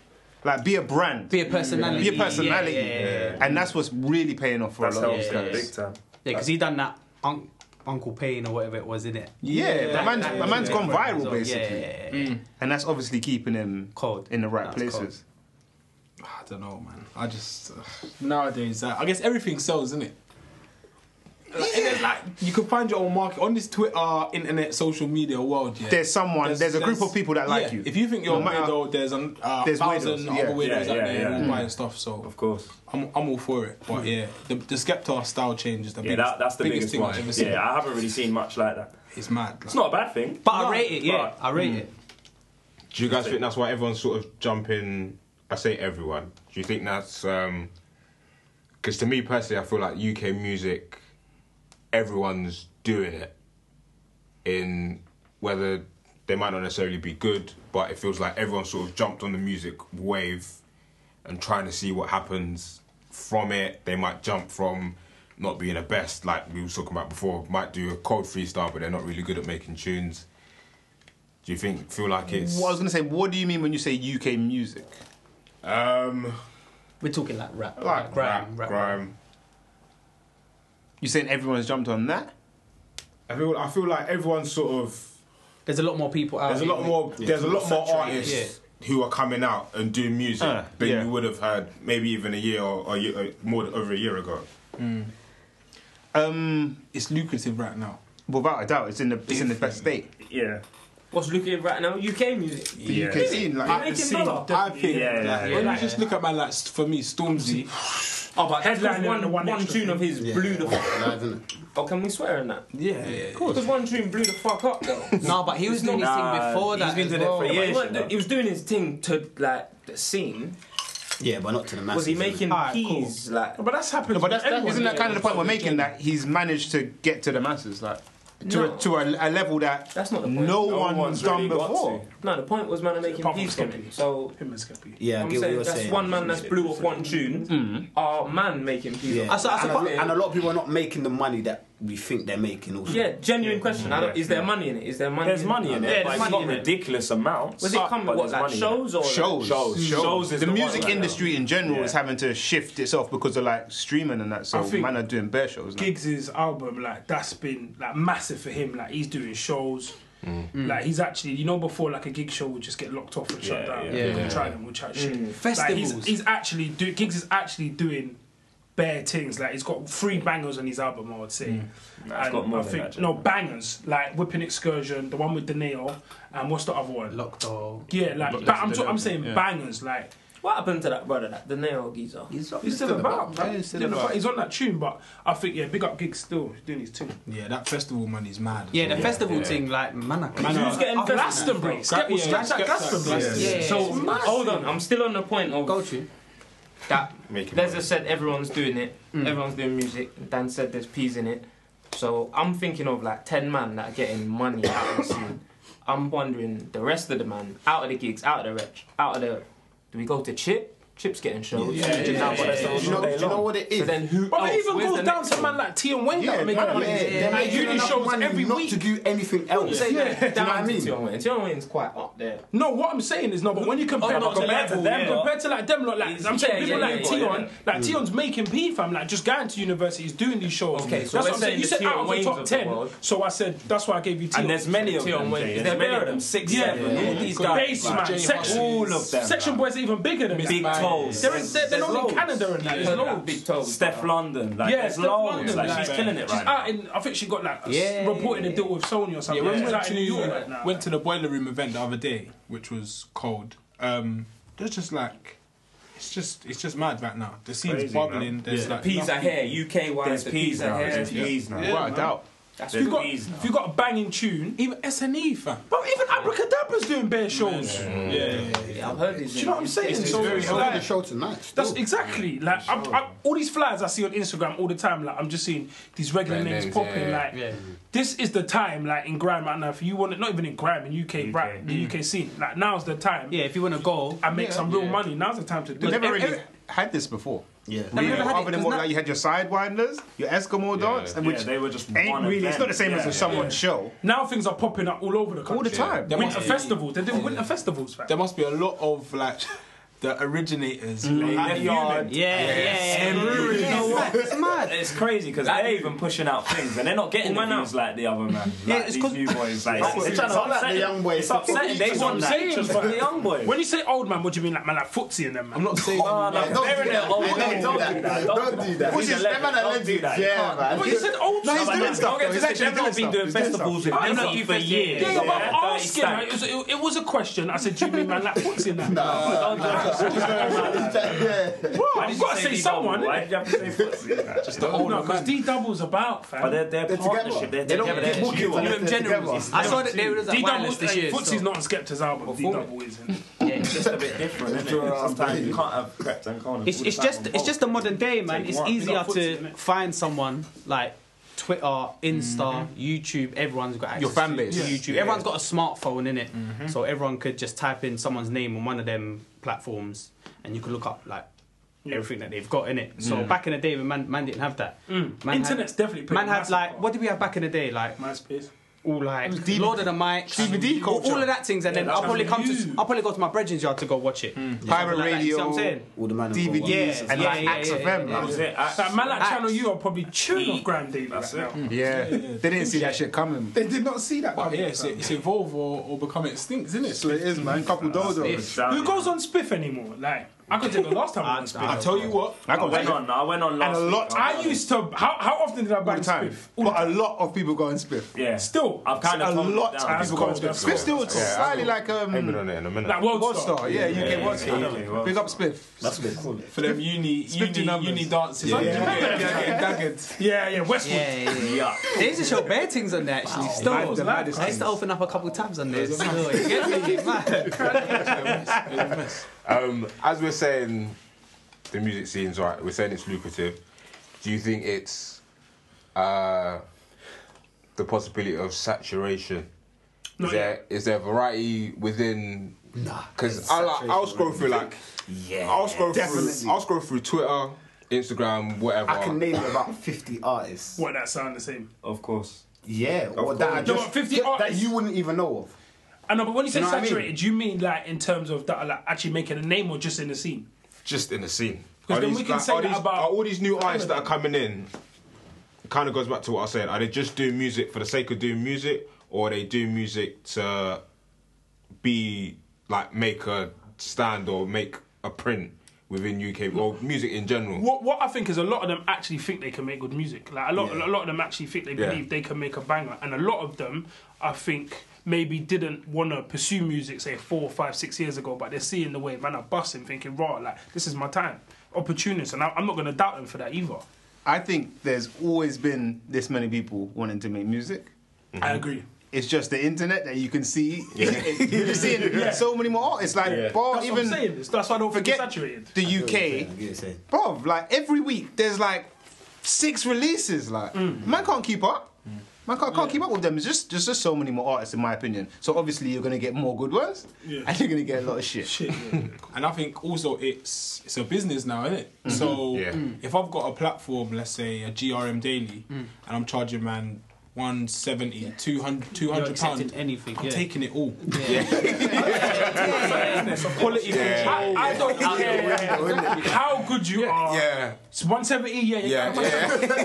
Speaker 1: Like be a brand, be
Speaker 6: a personality.
Speaker 1: be a personality,
Speaker 6: Yeah, yeah, yeah.
Speaker 1: and that's what's really paying off for
Speaker 6: That's
Speaker 1: a lot
Speaker 6: helped
Speaker 1: of
Speaker 6: them
Speaker 1: guys.
Speaker 6: big time. Yeah, because he done that un- Uncle Payne or whatever it was, in it.
Speaker 1: Yeah,
Speaker 6: that
Speaker 1: my man's,
Speaker 6: that-
Speaker 1: my man's
Speaker 6: yeah,
Speaker 1: gone
Speaker 6: yeah,
Speaker 1: viral
Speaker 6: yeah,
Speaker 1: basically,
Speaker 6: yeah, yeah,
Speaker 1: and that's obviously keeping him
Speaker 6: cold
Speaker 1: in the right
Speaker 4: That's
Speaker 1: places.
Speaker 4: I don't know, man. I just uh, nowadays. Uh, I guess everything sells, isn't it? Like, and there's like you can find your own market on this Twitter, internet, social media world. Yeah,
Speaker 1: There's someone- there's a group of people that like
Speaker 4: yeah,
Speaker 1: you.
Speaker 4: If you think you're
Speaker 1: No
Speaker 4: a
Speaker 1: matter-
Speaker 4: weirdo, there's a uh,
Speaker 1: There's
Speaker 4: thousand
Speaker 1: weirdos, yeah.
Speaker 4: other weirdos
Speaker 1: Yeah,
Speaker 4: out
Speaker 1: yeah,
Speaker 4: there
Speaker 1: yeah.
Speaker 4: who
Speaker 1: Mm.
Speaker 4: buying stuff. So of
Speaker 7: course,
Speaker 4: I'm I'm all for it. But yeah, the, the Skepta style change is the
Speaker 7: Yeah,
Speaker 4: biggest.
Speaker 7: that- that's the biggest
Speaker 4: thing
Speaker 7: one.
Speaker 4: I've ever
Speaker 7: Yeah,
Speaker 4: seen.
Speaker 7: I haven't really seen much like that.
Speaker 4: It's mad.
Speaker 7: It's not a bad thing.
Speaker 6: But I rate it. Yeah,
Speaker 7: but-
Speaker 6: I rate it.
Speaker 3: Do you guys think that's why everyone's sort of jumping? I say everyone. Do you think that's because to me personally, I feel like UK music, everyone's doing it. In whether they might not necessarily be good, but it feels like everyone sort of jumped on the music wave and trying to see what happens from it. They might jump from not being the best, like we were talking about before, might do a cold freestyle, but they're not really good at making tunes. Do you think feel like it's
Speaker 1: What I was gonna say, what do you mean when you say UK music?
Speaker 3: Um,
Speaker 6: we're talking like rap,
Speaker 1: like
Speaker 6: grime,
Speaker 1: rap,
Speaker 3: grime.
Speaker 1: You saying everyone's jumped on that?
Speaker 3: I feel I feel like everyone's sort of
Speaker 6: There's a lot more people out.
Speaker 3: there's a
Speaker 6: here
Speaker 3: lot
Speaker 6: with-
Speaker 3: more
Speaker 6: Yeah.
Speaker 3: there's a lot more
Speaker 6: Saturated,
Speaker 3: artists
Speaker 6: Uh, yeah.
Speaker 3: who are coming out and doing music
Speaker 1: Uh,
Speaker 3: than
Speaker 1: yeah.
Speaker 3: you would have had maybe even a year or, or, a year- or more than over a year ago.
Speaker 1: Um,
Speaker 4: it's lucrative right now.
Speaker 1: Without a doubt, it's in the it's in the best state.
Speaker 7: Yeah.
Speaker 11: What's lucrative right now? UK music.
Speaker 1: The UK scene, like-
Speaker 11: You're
Speaker 4: I
Speaker 11: making
Speaker 4: see.
Speaker 11: dollar.
Speaker 4: I think.
Speaker 1: Yeah, yeah,
Speaker 4: like,
Speaker 1: yeah,
Speaker 4: when
Speaker 1: yeah.
Speaker 4: you just look at my like s- for me, Stormzy.
Speaker 11: Oh, but that's 'cause
Speaker 4: Headlining
Speaker 11: one,
Speaker 4: the one
Speaker 11: one,
Speaker 4: extra
Speaker 11: tune of his blew the fuck up. Oh, can we swear on that?
Speaker 4: Yeah, yeah, of
Speaker 11: Because one tune blew the fuck up, though.
Speaker 6: No, but he was doing his thing before that. as well.
Speaker 11: Yeah, but he wasn't do- He was doing his thing to, like, the scene.
Speaker 7: Yeah, but not to the masses.
Speaker 11: Was he making
Speaker 1: Alright,
Speaker 11: peas? Like,
Speaker 4: but that's happened.
Speaker 1: No, but that's, that, isn't that kind of the point we're making?
Speaker 11: That
Speaker 1: That he's managed to get to the masses, like to
Speaker 11: No.
Speaker 1: a, to a, a level that
Speaker 11: that's not the point.
Speaker 1: no, one's, done before.
Speaker 11: No, the point was man are making
Speaker 1: Apart from
Speaker 11: peas. from it. So
Speaker 10: him as Skeppy.
Speaker 7: Yeah, I
Speaker 11: I'm
Speaker 7: get what
Speaker 11: saying
Speaker 7: you're
Speaker 11: that's
Speaker 7: saying.
Speaker 11: one man that's blew off one tune.
Speaker 1: Mm.
Speaker 11: Are man making peas?
Speaker 7: Yeah. and, a, and a lot of people are not making the money that we think they're making. Also.
Speaker 11: Yeah, genuine question. I don't- Is there money in it? Is there money?
Speaker 7: There's
Speaker 11: in
Speaker 7: money in it,
Speaker 11: Yeah,
Speaker 7: but
Speaker 11: there's
Speaker 7: it's
Speaker 11: money
Speaker 7: not
Speaker 11: in it.
Speaker 7: ridiculous amounts,
Speaker 11: Was it come
Speaker 7: but
Speaker 11: what,
Speaker 7: there's
Speaker 11: like
Speaker 7: money in
Speaker 11: shows
Speaker 7: it.
Speaker 11: or
Speaker 1: Shows,
Speaker 7: Shows. Shows is
Speaker 1: the,
Speaker 7: the one
Speaker 1: music
Speaker 7: right now.
Speaker 1: industry in general
Speaker 7: Yeah.
Speaker 1: is having to shift itself because of like streaming and that.
Speaker 10: I
Speaker 1: So
Speaker 10: think-
Speaker 1: man are doing bare shows. Now.
Speaker 10: Giggs's album, like that's been like massive for him. Like he's doing shows.
Speaker 1: Mm.
Speaker 10: Like he's actually, you know, before like a gig show would just get locked off and shut
Speaker 1: Yeah,
Speaker 10: down.
Speaker 1: yeah,
Speaker 10: Yeah,
Speaker 1: yeah.
Speaker 10: try them, we'll chat shit.
Speaker 1: Mm.
Speaker 10: Like, he's,
Speaker 1: Festivals.
Speaker 10: he's actually do, Giggs is actually doing bare things. Like he's got three bangers on his album, I would say.
Speaker 7: Nah, it's
Speaker 10: And
Speaker 7: got more
Speaker 10: I
Speaker 7: than
Speaker 10: think
Speaker 7: that,
Speaker 10: no bangers like Whipping Excursion, the one with the nail, and what's the other one?
Speaker 6: Lockdown.
Speaker 10: Yeah, like
Speaker 6: Lockdown
Speaker 10: ba- I'm,
Speaker 6: to
Speaker 10: ta-
Speaker 6: the
Speaker 10: I'm
Speaker 6: Open,
Speaker 10: saying
Speaker 6: yeah.
Speaker 10: bangers like.
Speaker 11: What happened to that brother, that the nail geezer? He's,
Speaker 10: He's still about, man.
Speaker 11: He's still
Speaker 10: Yeah, no,
Speaker 11: about.
Speaker 10: but He's on that tune, but I think yeah, big up gigs still. He's doing his thing.
Speaker 4: Yeah, that festival money's mad.
Speaker 10: Yeah, the festival
Speaker 6: thing,
Speaker 4: like man,
Speaker 10: Who's getting
Speaker 4: Oh,
Speaker 10: festive?
Speaker 4: Glastonbury.
Speaker 10: Gra-
Speaker 4: Skepta-
Speaker 10: yeah,
Speaker 4: Skepta-
Speaker 10: Skepta-
Speaker 4: Glastonbury.
Speaker 10: Glastonbury.
Speaker 11: Yeah,
Speaker 10: Yeah.
Speaker 11: so
Speaker 10: It's massive.
Speaker 11: hold on, I'm still on the point of go
Speaker 6: to
Speaker 11: that.
Speaker 3: Making
Speaker 11: Les has said everyone's doing it,
Speaker 10: Mm.
Speaker 11: everyone's doing music. Dan said there's peas in it, so I'm thinking of like ten man that are getting money out of the scene. I'm wondering the rest of the man out of the gigs, out of the wretch, out of the. Do we go to Chip? Chip's getting shows.
Speaker 10: Yeah, yeah,
Speaker 11: Do you know
Speaker 10: yeah,
Speaker 11: what
Speaker 10: yeah,
Speaker 11: that's
Speaker 10: yeah.
Speaker 11: all
Speaker 10: Do you know-
Speaker 11: day
Speaker 10: do you know
Speaker 11: long?
Speaker 10: what it is?
Speaker 11: So then who
Speaker 10: But
Speaker 11: else?
Speaker 10: it even
Speaker 11: Where's
Speaker 10: goes
Speaker 11: the
Speaker 10: down
Speaker 11: next
Speaker 10: to man like T and Wayne that are making money. And
Speaker 11: making
Speaker 10: uni
Speaker 11: enough
Speaker 10: shows
Speaker 11: money
Speaker 10: every
Speaker 11: not
Speaker 10: week.
Speaker 11: to do
Speaker 7: anything
Speaker 11: else.
Speaker 10: Yeah,
Speaker 11: Yeah. Do
Speaker 10: yeah.
Speaker 11: you know what I
Speaker 10: Down to
Speaker 11: mean?
Speaker 10: T and
Speaker 11: Wayne. T and Wayne's quite up there.
Speaker 10: No, what I'm saying is no, but when you compare
Speaker 11: Oh, no,
Speaker 10: to
Speaker 11: compared to
Speaker 10: them,
Speaker 11: them, yeah.
Speaker 10: compared to like them, lot, like I'm saying,
Speaker 11: Yeah,
Speaker 10: people
Speaker 11: yeah,
Speaker 10: like
Speaker 11: yeah,
Speaker 10: Tion,
Speaker 11: yeah, yeah.
Speaker 10: like Tion's making P fam, like just going to universities, doing these shows.
Speaker 11: Okay, so
Speaker 10: that's
Speaker 11: we're
Speaker 10: what I'm saying.
Speaker 11: saying
Speaker 10: You
Speaker 11: the
Speaker 10: said
Speaker 11: Tion
Speaker 10: out of the
Speaker 11: Waynes
Speaker 10: top
Speaker 11: of the
Speaker 10: ten,
Speaker 11: world.
Speaker 10: so I said that's why I gave you Tion.
Speaker 11: And there's many of Tion them, Wayne. Jay. There's many of them. Six, seven, all these guys,
Speaker 10: Bass
Speaker 11: like
Speaker 10: man,
Speaker 11: Jay
Speaker 10: section,
Speaker 11: All of them,
Speaker 10: Section
Speaker 11: like.
Speaker 10: boys are even bigger than
Speaker 11: Big
Speaker 10: that.
Speaker 11: Toes.
Speaker 10: They're in, they're,
Speaker 11: There's
Speaker 10: they're not in
Speaker 11: loads.
Speaker 10: Canada and that.
Speaker 11: Yeah,
Speaker 10: There's
Speaker 11: like
Speaker 10: loads.
Speaker 11: Big Toes.
Speaker 10: Steph
Speaker 11: London, like, there's
Speaker 10: Steph
Speaker 11: loads,
Speaker 10: London,
Speaker 11: like, she's killing it
Speaker 10: She's
Speaker 11: right
Speaker 10: out in. I think she got like
Speaker 4: Yeah.
Speaker 10: reporting a deal with Sony or
Speaker 4: Yeah,
Speaker 10: something.
Speaker 4: when
Speaker 10: She's
Speaker 4: we went
Speaker 10: out in New York
Speaker 4: to,
Speaker 10: right now.
Speaker 4: went to the boiler room event the other day, which was cold. Um, there's just like, it's just it's just mad right now. The scene's
Speaker 11: Crazy,
Speaker 4: bubbling.
Speaker 11: man.
Speaker 4: There's
Speaker 11: Yeah.
Speaker 4: like
Speaker 11: The peas are
Speaker 4: nothing.
Speaker 11: here, UK-wise,
Speaker 4: There's
Speaker 11: the peas are here.
Speaker 4: There's
Speaker 11: Yeah.
Speaker 4: peas now.
Speaker 10: Yeah,
Speaker 4: Without a
Speaker 10: man.
Speaker 4: doubt.
Speaker 10: If
Speaker 4: There's
Speaker 10: you got
Speaker 4: peas now.
Speaker 10: if you got a banging tune, even SNE fam, but even Abracadabra's doing bare shows.
Speaker 4: Yeah, yeah,
Speaker 11: yeah. I've heard these.
Speaker 10: Do you know what I'm saying?
Speaker 12: It's
Speaker 10: so
Speaker 12: very
Speaker 10: it's
Speaker 12: healthy.
Speaker 10: like-
Speaker 12: The show tonight.
Speaker 10: That's exactly like I'm, I'm, all these flyers I see on Instagram all the time. Like I'm just seeing these regular
Speaker 12: Brand
Speaker 10: names
Speaker 12: names,
Speaker 10: popping.
Speaker 12: yeah, yeah.
Speaker 10: Like this is the time, like in grime right now. If you want, it, not even in grime in UK, right? The UK scene. Like now's the time. Yeah,
Speaker 6: if you want to go
Speaker 10: and make
Speaker 1: Yeah.
Speaker 10: some real
Speaker 1: Yeah.
Speaker 10: money, now's the time to do
Speaker 1: We've
Speaker 10: it.
Speaker 1: never
Speaker 10: Ev-
Speaker 1: really
Speaker 10: ev-
Speaker 1: had this before. Yeah,
Speaker 10: Never really had it,
Speaker 1: other than
Speaker 10: 'cause
Speaker 1: what
Speaker 10: now-
Speaker 1: like you had your sidewinders, your Eskimo dance, and
Speaker 10: Yeah,
Speaker 1: which
Speaker 10: they were just one
Speaker 1: ain't really. It's
Speaker 10: event.
Speaker 1: not the same as
Speaker 10: Yeah.
Speaker 1: a someone's show.
Speaker 10: Now things are popping up all over the country.
Speaker 1: All the time.
Speaker 10: Winter
Speaker 4: must be-
Speaker 10: festivals. They're doing winter festivals. Fam.
Speaker 4: There must be a lot of like the originators.
Speaker 10: Mm.
Speaker 4: Like,
Speaker 10: Left
Speaker 4: yard.
Speaker 10: Human. Yeah,
Speaker 11: yeah,
Speaker 4: and
Speaker 11: yeah.
Speaker 4: Brewery.
Speaker 11: Yeah, it's mad,
Speaker 4: It's mad.
Speaker 11: It's crazy because they're even pushing out things and they're not getting the views like the other man. Like
Speaker 4: Yeah, it's
Speaker 11: these
Speaker 4: 'cause-
Speaker 11: new boys. Like, it's,
Speaker 10: That's what-
Speaker 11: it's,
Speaker 10: it's all about the
Speaker 11: upsetting.
Speaker 10: young boys.
Speaker 11: It's upsetting. They
Speaker 10: That's what
Speaker 11: want
Speaker 10: I'm
Speaker 11: that
Speaker 10: saying,
Speaker 11: just for
Speaker 10: fam.
Speaker 11: the young boys.
Speaker 10: When you say old man, what do you mean? Like man, like footsie and them man. I'm not saying.
Speaker 11: Oh, no, they're in their old man. Don't do that. Don't do that.
Speaker 10: Which is
Speaker 11: He's a
Speaker 10: them and
Speaker 11: legend. Don't do that. You can't.
Speaker 10: But you said old
Speaker 11: No, he's
Speaker 10: man.
Speaker 11: doing stuff, though. He's actually
Speaker 10: They've not
Speaker 11: doing stuff. He's doing stuff.
Speaker 10: with
Speaker 11: They've
Speaker 10: them
Speaker 11: not
Speaker 10: for
Speaker 11: even years.
Speaker 10: Yeah, but
Speaker 11: Yeah.
Speaker 10: I'm asking.
Speaker 11: Thirty
Speaker 10: like, It was a- it was a question. I said, do you mean man like footsie and that?
Speaker 11: Don't do that.
Speaker 10: Bro,
Speaker 11: Why did
Speaker 10: I've
Speaker 11: you
Speaker 10: got to say
Speaker 11: D double?
Speaker 10: someone.
Speaker 11: Why did you have to say footsie? Just the
Speaker 10: Oh, no,
Speaker 11: older
Speaker 10: because
Speaker 11: man.
Speaker 10: D double's about, fam.
Speaker 11: But they're, they're, partnership. They're together. They're duo.
Speaker 10: I saw that they were
Speaker 11: was
Speaker 10: D double. Footsie's not on Skepta's album. D double is.
Speaker 11: Yeah, it's uh, just a bit different. isn't it? Sometimes you can't have crept and corners.
Speaker 6: It's,
Speaker 11: all the
Speaker 6: it's
Speaker 11: time
Speaker 6: just
Speaker 11: on
Speaker 6: it's
Speaker 11: both.
Speaker 6: just the modern day, man.
Speaker 11: Take
Speaker 6: It's
Speaker 11: one.
Speaker 6: easier
Speaker 11: Big up
Speaker 6: to find someone like Twitter, Insta, YouTube. Everyone's got access
Speaker 1: Your fan
Speaker 6: to-
Speaker 1: base.
Speaker 6: to
Speaker 1: Yeah.
Speaker 6: YouTube.
Speaker 1: Yeah.
Speaker 6: Everyone's got a smartphone in it, so everyone could just type in someone's name on one of them platforms, and you could look up like everything that they've got in it. So
Speaker 10: Mm.
Speaker 6: back in the day, when man, man didn't have that.
Speaker 10: Mm.
Speaker 6: Man
Speaker 10: Internet's
Speaker 6: had,
Speaker 10: definitely played
Speaker 6: man
Speaker 10: a
Speaker 6: had
Speaker 10: massive
Speaker 6: like what did we have back in the day like
Speaker 10: MySpace.
Speaker 6: All like Lord of the Mics,
Speaker 1: DVD
Speaker 6: all, all
Speaker 1: culture.
Speaker 6: of that things, and
Speaker 1: Yeah,
Speaker 6: then
Speaker 1: that
Speaker 6: I'll
Speaker 1: was
Speaker 6: probably come
Speaker 1: huge.
Speaker 6: to I'll probably go to my brethren's yard to go watch it.
Speaker 1: Pirate
Speaker 6: Something like that, you see what
Speaker 1: radio,
Speaker 6: I'm saying?
Speaker 1: all the man
Speaker 6: DVDs
Speaker 1: DVDs, and
Speaker 6: yeah,
Speaker 1: like
Speaker 6: yeah,
Speaker 1: acts
Speaker 6: yeah,
Speaker 1: of
Speaker 6: yeah,
Speaker 1: them.
Speaker 6: yeah,
Speaker 1: like.
Speaker 6: yeah.
Speaker 10: That man like Channel U are probably chewing off Graham Daly right now.
Speaker 1: Yeah, they didn't see that shit coming.
Speaker 4: They did not see that. But
Speaker 1: coming,
Speaker 4: yeah, it's, it's evolve or, or become extinct, isn't it?
Speaker 1: So it is, man. Couple dodos.
Speaker 10: Who goes on Spiff anymore? Like, I could tell the last time I went on Spiff.
Speaker 1: I tell you what,
Speaker 11: I went on. I went on
Speaker 1: Oh, and
Speaker 11: last
Speaker 1: a
Speaker 11: week.
Speaker 1: lot.
Speaker 10: I used to. How, how often did I
Speaker 1: all
Speaker 10: bang
Speaker 1: the time,
Speaker 10: Spiff?
Speaker 1: but a lot of people go and spiff.
Speaker 11: Yeah.
Speaker 10: Still,
Speaker 11: I've kind of
Speaker 1: a
Speaker 11: toned it
Speaker 1: lot
Speaker 11: down.
Speaker 1: of people go and spiff. Spiff still slightly like um,
Speaker 3: I've been on it in a minute.
Speaker 1: like
Speaker 10: World
Speaker 1: World
Speaker 10: Star.
Speaker 1: Star. Yeah,
Speaker 3: Yeah,
Speaker 1: UK
Speaker 3: yeah,
Speaker 1: World Star.
Speaker 3: yeah, yeah, World
Speaker 1: Big up spiff. That's
Speaker 7: what they call it.
Speaker 4: For them uni uni uni dances.
Speaker 1: Yeah, yeah,
Speaker 4: Remember
Speaker 1: yeah.
Speaker 4: them getting daggered?
Speaker 10: Yeah, yeah, Westwood.
Speaker 6: Yeah, yeah, yeah. They used to show bad things on there actually. Still,
Speaker 1: Mad- the
Speaker 6: I
Speaker 1: maddest
Speaker 6: used to open up a couple tabs on there. Still, it gets me mad.
Speaker 3: Um, as we're saying, the music scene's right. We're saying it's lucrative. Do you think it's uh, the possibility of saturation? Is there is there variety within? Nah. Because I like, I'll scroll through like yeah. I'll scroll
Speaker 7: Definitely.
Speaker 3: through I'll scroll through Twitter, Instagram, whatever.
Speaker 7: I can name about 50 artists.
Speaker 10: What that sound the same?
Speaker 11: Of course.
Speaker 7: Yeah, or
Speaker 3: Of
Speaker 7: that I
Speaker 10: course. No,
Speaker 7: just,
Speaker 10: 50
Speaker 7: that
Speaker 10: artists.
Speaker 7: you wouldn't even know of.
Speaker 10: I know, but when you say
Speaker 7: You know what I mean?
Speaker 10: saturated, you mean like in terms of that, like actually making a name or just in the scene?
Speaker 3: just in the scene.
Speaker 10: 'Cause
Speaker 3: Are
Speaker 10: then
Speaker 3: these-
Speaker 10: we can
Speaker 3: like,
Speaker 10: say
Speaker 3: are
Speaker 10: that
Speaker 3: these-
Speaker 10: about-
Speaker 3: are all these new artists that are coming in. Kind of goes back to what I said. Are they just doing music for the sake of doing music, or are they doing music to be like make a stand or make a print within UK or music in general?
Speaker 10: What what I think is a lot of them actually think they can make good music. Like a lot a lot of them actually think they
Speaker 3: Yeah.
Speaker 10: believe they can make a banger, and a lot of them I think maybe didn't want to pursue music, say four, five, six years ago, but they're seeing the way man are busting, thinking, raw, like this is my time, opportunist, and I, I'm not gonna doubt them for that either.
Speaker 7: Mm-hmm.
Speaker 1: I think there's always been this many people wanting to make music.
Speaker 10: I agree.
Speaker 1: It's just the internet that you can see.
Speaker 10: Yeah.
Speaker 1: You're seeing
Speaker 10: Yeah.
Speaker 1: so many more artists. Like,
Speaker 10: Yeah.
Speaker 1: bro,
Speaker 10: That's what I'm
Speaker 1: even
Speaker 10: saying. It's- that's why I don't think it's
Speaker 1: forget
Speaker 10: saturated. I get what
Speaker 1: the
Speaker 7: you're saying.
Speaker 1: UK, bro. Like every week, there's like six releases. Like, man can't keep up. Man can't, can't keep up with them. It's just, just just so many more artists, in my opinion. So obviously, you're gonna get more good ones,
Speaker 13: Yeah.
Speaker 1: and you're gonna get a lot of shit.
Speaker 13: and I think also it's it's a business now, isn't it?
Speaker 1: Mhm.
Speaker 13: So
Speaker 1: Yeah. Mm.
Speaker 13: if I've got a platform, let's say a GRM daily,
Speaker 6: Mm.
Speaker 13: and I'm charging man 170, 200,
Speaker 6: You're
Speaker 13: 200
Speaker 6: accepting
Speaker 13: pounds,
Speaker 6: anything.
Speaker 13: I'm
Speaker 6: yeah.
Speaker 13: taking it all.
Speaker 10: Quality control. I, I don't
Speaker 13: Yeah.
Speaker 10: care how good you are.
Speaker 13: Yeah.
Speaker 10: It's 170, yeah,
Speaker 13: Yeah,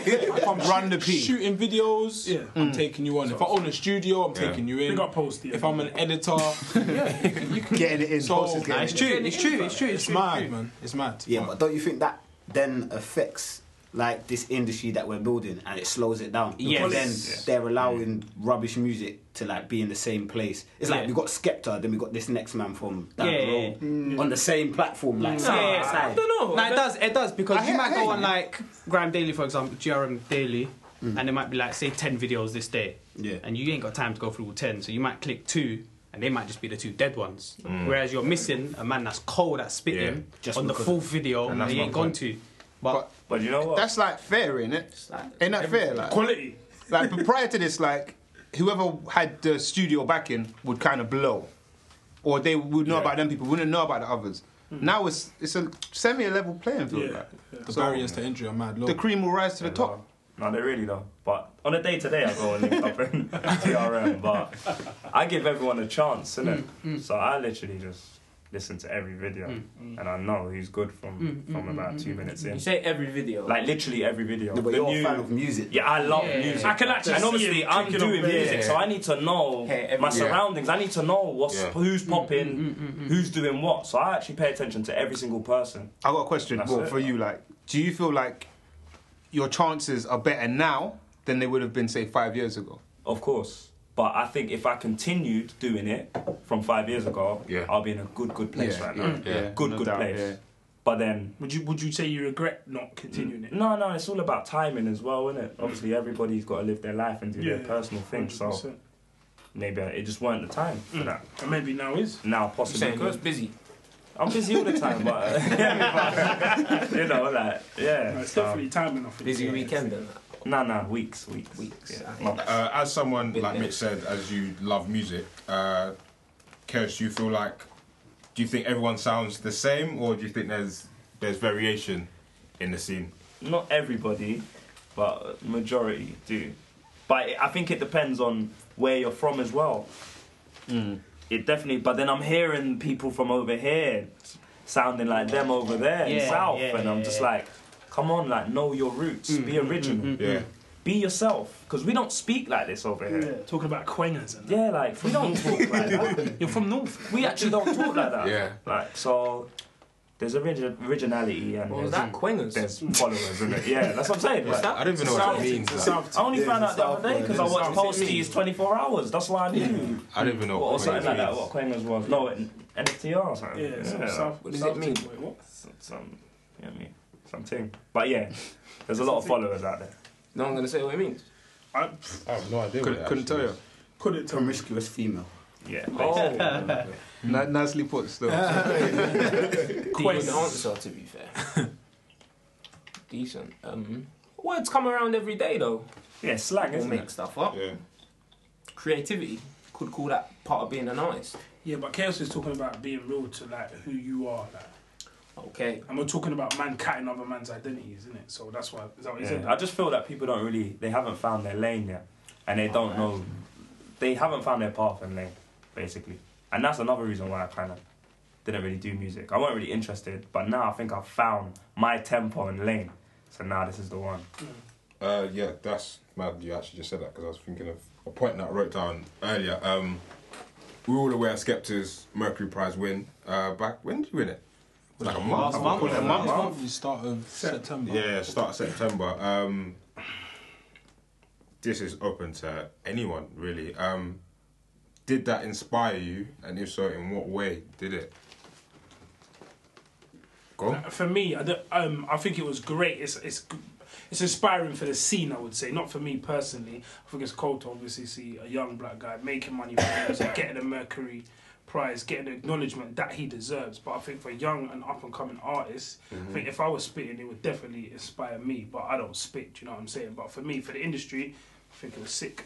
Speaker 10: if I'm
Speaker 13: Run the P. Shooting videos, yeah. I'm
Speaker 10: Mm.
Speaker 13: taking you on. If I own a studio, I'm taking you in.
Speaker 10: Big up Post, yeah.
Speaker 13: If I'm an editor, yeah, you can, you can
Speaker 1: getting it in.
Speaker 13: So,
Speaker 7: Post is getting Nah, it's it in. true, it's true, it's true, it's
Speaker 13: It's
Speaker 7: true, it's
Speaker 13: mad,
Speaker 7: true.
Speaker 13: man. It's mad.
Speaker 7: Yeah, but don't you think that then affects like this industry that we're building and it slows it down? Because then
Speaker 6: Yes.
Speaker 7: they're allowing rubbish music to like be in the same place. It's like
Speaker 6: Yeah.
Speaker 7: we got Skepta, then we got this next man from down
Speaker 6: Yeah,
Speaker 7: the
Speaker 6: yeah, Mm.
Speaker 7: road on the same platform. Like,
Speaker 6: Nah,
Speaker 7: side by
Speaker 6: yeah,
Speaker 7: side.
Speaker 6: I don't know. Nah, it does. It does because
Speaker 7: I
Speaker 6: you
Speaker 7: hear-
Speaker 6: might
Speaker 7: I
Speaker 6: go
Speaker 7: hear
Speaker 6: on
Speaker 7: you.
Speaker 6: like Graham Daily, for example, GRM Daily,
Speaker 3: Mm.
Speaker 6: and there might be like say ten videos this day.
Speaker 7: Yeah.
Speaker 6: And you ain't got time to go through all ten, so you might click two, and they might just be the two dead ones.
Speaker 3: Mm.
Speaker 6: Whereas you're missing a man that's cold at spitting
Speaker 3: Yeah.
Speaker 6: just on the
Speaker 3: because-
Speaker 6: full video
Speaker 3: And
Speaker 6: and
Speaker 3: that's
Speaker 6: he
Speaker 3: my
Speaker 6: ain't gone
Speaker 3: point.
Speaker 6: to. But, but
Speaker 1: you know what? That's like fair, innit? it? ain't that fair? Like
Speaker 10: quality.
Speaker 1: Like but prior to this, like whoever had the studio backing would kind of blow, or they would know about them people, wouldn't know about the others. Now it's it's a semi-level playing field.
Speaker 13: Yeah.
Speaker 1: like.
Speaker 13: The
Speaker 1: So
Speaker 13: barriers to entry are mad low.
Speaker 1: the cream will rise to the top.
Speaker 4: No, they really don't. But on a day to day, I go and link up in TRM. But I give everyone a chance, innit?
Speaker 11: Mm,
Speaker 4: So I literally just listen to every video, and I know who's good from
Speaker 11: Mm,
Speaker 4: from
Speaker 11: mm,
Speaker 4: about
Speaker 11: mm,
Speaker 4: two
Speaker 11: mm,
Speaker 4: minutes
Speaker 11: mm.
Speaker 4: in.
Speaker 11: You say every video.
Speaker 4: Like literally every video.
Speaker 7: No, but
Speaker 4: The
Speaker 7: you're
Speaker 4: new-
Speaker 7: a fan of music.
Speaker 4: Yeah, I love
Speaker 11: Yeah.
Speaker 4: music.
Speaker 11: I can actually
Speaker 4: and
Speaker 11: see
Speaker 4: obviously
Speaker 11: it
Speaker 4: I'm
Speaker 11: kicking off
Speaker 4: doing
Speaker 11: there.
Speaker 4: music, so I need to know
Speaker 11: Hey, every-
Speaker 4: my
Speaker 11: Yeah.
Speaker 4: surroundings. I need to know what's
Speaker 3: Yeah.
Speaker 4: who's
Speaker 11: Mm,
Speaker 4: popping, who's doing what. So I actually pay attention to every single person.
Speaker 1: I got a question
Speaker 4: That's
Speaker 1: well,
Speaker 4: it.
Speaker 1: for you. Like, do you feel like your chances are better now than they would have been, say, five years ago?
Speaker 4: Of course. But I think if I continued doing it from five years ago,
Speaker 3: Yeah.
Speaker 4: I'll be in a good, good place
Speaker 1: Yeah,
Speaker 4: right now.
Speaker 7: Mm,
Speaker 1: yeah, yeah,
Speaker 4: Good,
Speaker 1: no
Speaker 4: good
Speaker 1: doubt,
Speaker 4: place.
Speaker 1: yeah.
Speaker 4: But then,
Speaker 10: Would you would you say you regret not
Speaker 13: Mm.
Speaker 10: continuing it?
Speaker 4: no, no, it's all about timing as well, isn't it?
Speaker 11: Mm.
Speaker 4: Obviously, everybody's got to live their life and do
Speaker 10: Yeah,
Speaker 4: their personal thing. So
Speaker 10: 100%.
Speaker 4: maybe it just weren't the time
Speaker 11: Mm.
Speaker 4: for that.
Speaker 10: And maybe now is.
Speaker 4: Now,
Speaker 11: You're
Speaker 4: possibly.
Speaker 11: saying you was
Speaker 4: could.
Speaker 11: busy.
Speaker 4: I'm busy all the time, but, but, you know, like, yeah.
Speaker 10: No, it's
Speaker 4: so-
Speaker 10: definitely timing off. uh,
Speaker 11: Busy weekend and that.
Speaker 4: Nah, nah, weeks, weeks.
Speaker 11: Weeks.
Speaker 4: Yeah.
Speaker 11: I
Speaker 4: Months.
Speaker 3: Uh, as someone,
Speaker 11: Been
Speaker 3: like
Speaker 11: there.
Speaker 3: Mitch said, as you love music, uh, Kes, do you feel like, do you think everyone sounds the same, or do you think there's there's variation in the scene?
Speaker 4: not everybody, but majority do. But I think it depends on where you're from as well.
Speaker 6: Hmm.
Speaker 4: It definitely. But then I'm hearing people from over here sounding like them over there in
Speaker 6: Yeah,
Speaker 4: South,
Speaker 6: yeah,
Speaker 4: and I'm
Speaker 6: yeah,
Speaker 4: just
Speaker 6: yeah. Hmm,
Speaker 4: like, come on, like know your roots, be original,
Speaker 10: Mm.
Speaker 3: Yeah.
Speaker 4: be yourself, because we don't speak like this over
Speaker 10: Yeah.
Speaker 4: here.
Speaker 10: Talking about quangers and
Speaker 4: Yeah, like we don't talk like that.
Speaker 10: you're from North.
Speaker 4: We actually don't talk like that.
Speaker 3: Yeah.
Speaker 4: Like so. There's origin- originality and
Speaker 11: What was
Speaker 4: there's-
Speaker 11: that? Quangers?
Speaker 4: there's followers, isn't it? Yeah, that's what I'm saying.
Speaker 11: What's
Speaker 4: like-
Speaker 11: that?
Speaker 3: I don't even know what it means. like.
Speaker 4: I only
Speaker 7: Yeah,
Speaker 4: found
Speaker 7: it's
Speaker 4: out
Speaker 7: the
Speaker 4: the other day
Speaker 7: South
Speaker 4: because I
Speaker 7: one,
Speaker 4: watched Posties 24 hours. That's why I knew.
Speaker 3: I don't even know
Speaker 4: Or
Speaker 3: what
Speaker 4: something
Speaker 3: it
Speaker 4: like that,
Speaker 3: means.
Speaker 4: what Quangers was. No, it- NFTR or something.
Speaker 10: Yeah, some South.
Speaker 11: What does
Speaker 10: South
Speaker 11: it mean?
Speaker 10: Wait, what?
Speaker 4: Some, some, you know what I mean? Something. But yeah, there's a lot of followers out there.
Speaker 11: No, I'm gonna say what it means.
Speaker 10: I
Speaker 3: I have no idea.
Speaker 1: Couldn't,
Speaker 3: what it
Speaker 1: couldn't tell
Speaker 3: actually
Speaker 1: you.
Speaker 3: is.
Speaker 10: couldn't tell.
Speaker 7: Promiscuous female.
Speaker 4: Yeah.
Speaker 11: Oh,
Speaker 4: basically.
Speaker 11: the
Speaker 1: Ni- nicely put, still.
Speaker 11: good answer to be fair. Decent. Um, words come around every day though.
Speaker 4: Yeah, slang,
Speaker 11: People
Speaker 4: isn't
Speaker 11: make
Speaker 4: it?
Speaker 11: stuff up.
Speaker 3: Yeah.
Speaker 11: Creativity could call that part of being an artist.
Speaker 10: Yeah, but chaos is talking about being real to like who you are. Like,
Speaker 11: Okay.
Speaker 10: and we're talking about man cutting other man's identities, isn't it? So that's why. Is that what you said?
Speaker 4: Yeah. I just feel that people don't really, they haven't found their lane yet. And they don't know, they haven't found their path and lane, basically. And that's another reason why I kind of didn't really do music. I wasn't really interested, but now I think I've found my tempo and lane. So now this is the one.
Speaker 3: Uh, yeah, that's mad. You actually just said that because I was thinking of a point that I wrote down earlier. Um, we were all aware of Skepta's Mercury Prize win. Uh, back when did you win it? It was like a month.
Speaker 6: Last
Speaker 3: I
Speaker 6: month.
Speaker 3: call it a month.
Speaker 13: Probably start of September.
Speaker 3: Yeah, start of September. Um, this is open to anyone really. Um,
Speaker 14: did that inspire you? And if so, in what way did it? Go. on.
Speaker 10: Uh, For me, I, don't- um, I think it was great. It's it's g- it's inspiring for the scene, I would say. Not for me personally. I think it's cool to obviously see a young black guy making money, for the music, getting the Mercury Prize, getting the acknowledgement that he deserves. But I think for young and up and coming artists, I think
Speaker 15: Mhm.
Speaker 10: if I was spitting, it would definitely inspire me. But I don't spit, do you know what I'm saying? But for me, for the industry, I think it was sick.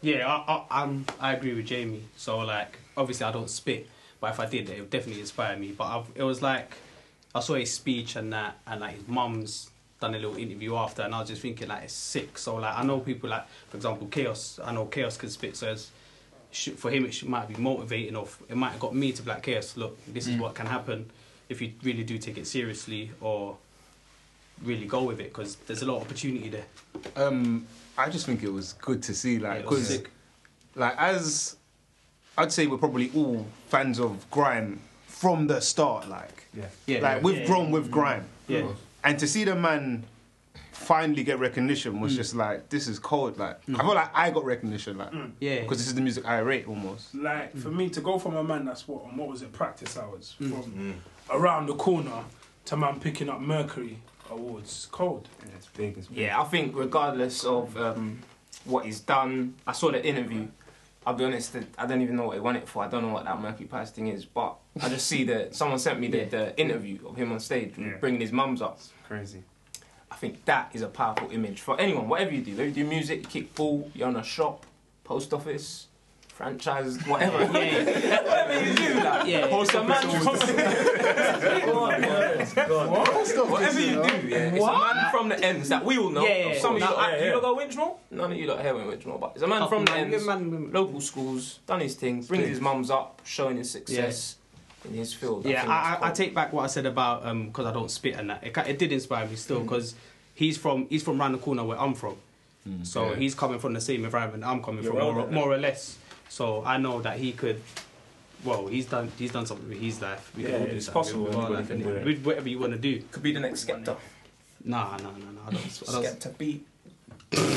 Speaker 6: Yeah, I, I, I'm, I agree with Jamie. So, like, obviously, I don't spit, but if I did, it would definitely inspire me. But I've, it was like, I saw his speech and that, and like his mum's done a little interview after, and I was just thinking, like, it's sick. So, like, I know people, like, for example, Chaos, I know Chaos can spit, so it's, should, for him, it should, might be motivating, or f- it might have got me to be like, Chaos, look, this is
Speaker 16: Mm.
Speaker 6: what can happen if you really do take it seriously or really go with it, because there's a lot of opportunity there.
Speaker 1: Um, I just think it was good to see, like,
Speaker 6: it was
Speaker 1: 'cause,
Speaker 6: sick.
Speaker 1: like as I'd say, we're probably all fans of grime from the start. Like,
Speaker 6: Yeah. Yeah,
Speaker 1: like
Speaker 6: yeah.
Speaker 1: we've
Speaker 6: Yeah,
Speaker 1: grown
Speaker 6: yeah.
Speaker 1: with grime.
Speaker 6: Yeah.
Speaker 1: and to see the man finally get recognition was just like this is cold. Like, I felt like I got recognition, like,
Speaker 10: Mm.
Speaker 6: Yeah.
Speaker 1: because this is the music I rate almost.
Speaker 10: Like for me to go from a man that's what and what was it practice hours from
Speaker 2: Mm.
Speaker 10: around the corner to man picking up Mercury awards cold.
Speaker 11: It's big. It's big. Yeah, I think regardless of um, what he's done, I saw the interview. I'll be honest, I don't even know what he won it for. I don't know what that Mercury Prize thing is, but I just see that someone sent me the, the interview of him on stage bringing his mums up.
Speaker 4: Crazy.
Speaker 11: I think that is a powerful image for anyone, whatever you do. Whether you do music, kickball, you're on a shop, post office, franchise, whatever. whatever you do, like,
Speaker 6: Yeah.
Speaker 11: Post office. Whatever you do, yeah. It's a man from the ends that we all know.
Speaker 6: Yeah, yeah, yeah.
Speaker 11: Some of you
Speaker 6: Nah,
Speaker 11: lot,
Speaker 6: yeah,
Speaker 11: you
Speaker 6: yeah.
Speaker 11: lot go Winchmore? None of you lot here went Winchmore, but it's a man
Speaker 6: Couple
Speaker 11: from the
Speaker 6: man,
Speaker 11: ends,
Speaker 6: yeah,
Speaker 11: local schools, done his things, brings his mums up, showing his success in his field.
Speaker 6: Yeah,
Speaker 11: think that's
Speaker 6: I, I, I take back what I said about um because I don't spit and that. It, ca- it did inspire me still because he's from he's from round the corner where I'm from, so
Speaker 16: Yeah.
Speaker 6: he's coming from the same environment I'm coming
Speaker 16: You're
Speaker 6: from more,
Speaker 16: older
Speaker 6: or- more or less. So I know that he could. Well, he's done. He's done something with his life. We
Speaker 11: Yeah,
Speaker 6: can all do
Speaker 11: it's
Speaker 6: that
Speaker 11: possible,
Speaker 6: With, our
Speaker 11: anybody
Speaker 6: life,
Speaker 11: can do
Speaker 6: innit?
Speaker 11: it.
Speaker 6: with whatever you want to do.
Speaker 11: Could be the next Skepta.
Speaker 6: Nah, nah, nah, nah. I don't. I don't
Speaker 11: Skepta beat.
Speaker 10: Chop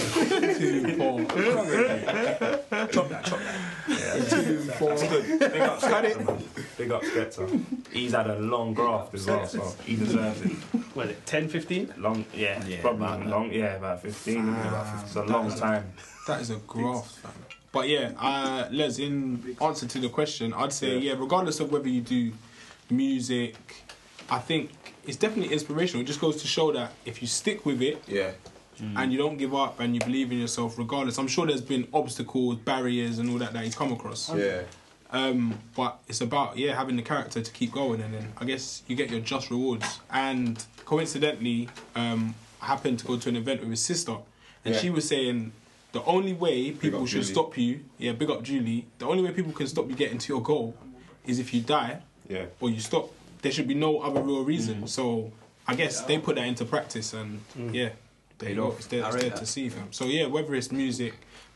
Speaker 10: that, chop that.
Speaker 4: That's good. Big up Skepta, man. Big up Skepta. He's had a long graft as well, so he deserves it.
Speaker 6: Was it 10, 15?
Speaker 4: Long, yeah,
Speaker 2: Yeah,
Speaker 4: probably
Speaker 2: about that.
Speaker 4: long, yeah, about 15, isn't it? about 15. It's a
Speaker 2: That
Speaker 4: long
Speaker 2: is
Speaker 4: time.
Speaker 2: That is a graft, fam. But yeah, uh, Les, in answer to the question, I'd say, yeah. regardless of whether you do music, I think it's definitely inspirational. It just goes to show that if you stick with it
Speaker 14: Yeah.
Speaker 2: and you don't give up and you believe in yourself, regardless, I'm sure there's been obstacles, barriers, and all that that he's come across.
Speaker 14: Yeah.
Speaker 2: Um, but it's about yeah having the character to keep going, and then I guess you get your just rewards. And coincidentally, um, I happened to go to an event with his sister, and
Speaker 14: Yeah.
Speaker 2: she was saying the only way people
Speaker 14: up
Speaker 2: should
Speaker 14: Julie.
Speaker 2: stop you, yeah, big up Julie. The only way people can stop you getting to your goal is if you die
Speaker 14: Yeah.
Speaker 2: or you stop. There should be no other real reason. So I guess they put that into practice, and yeah, they
Speaker 14: Paid
Speaker 2: know
Speaker 14: off.
Speaker 2: it's there,
Speaker 14: I
Speaker 2: it's
Speaker 14: rate
Speaker 2: there
Speaker 14: that.
Speaker 2: to see them. So yeah, whether it's music,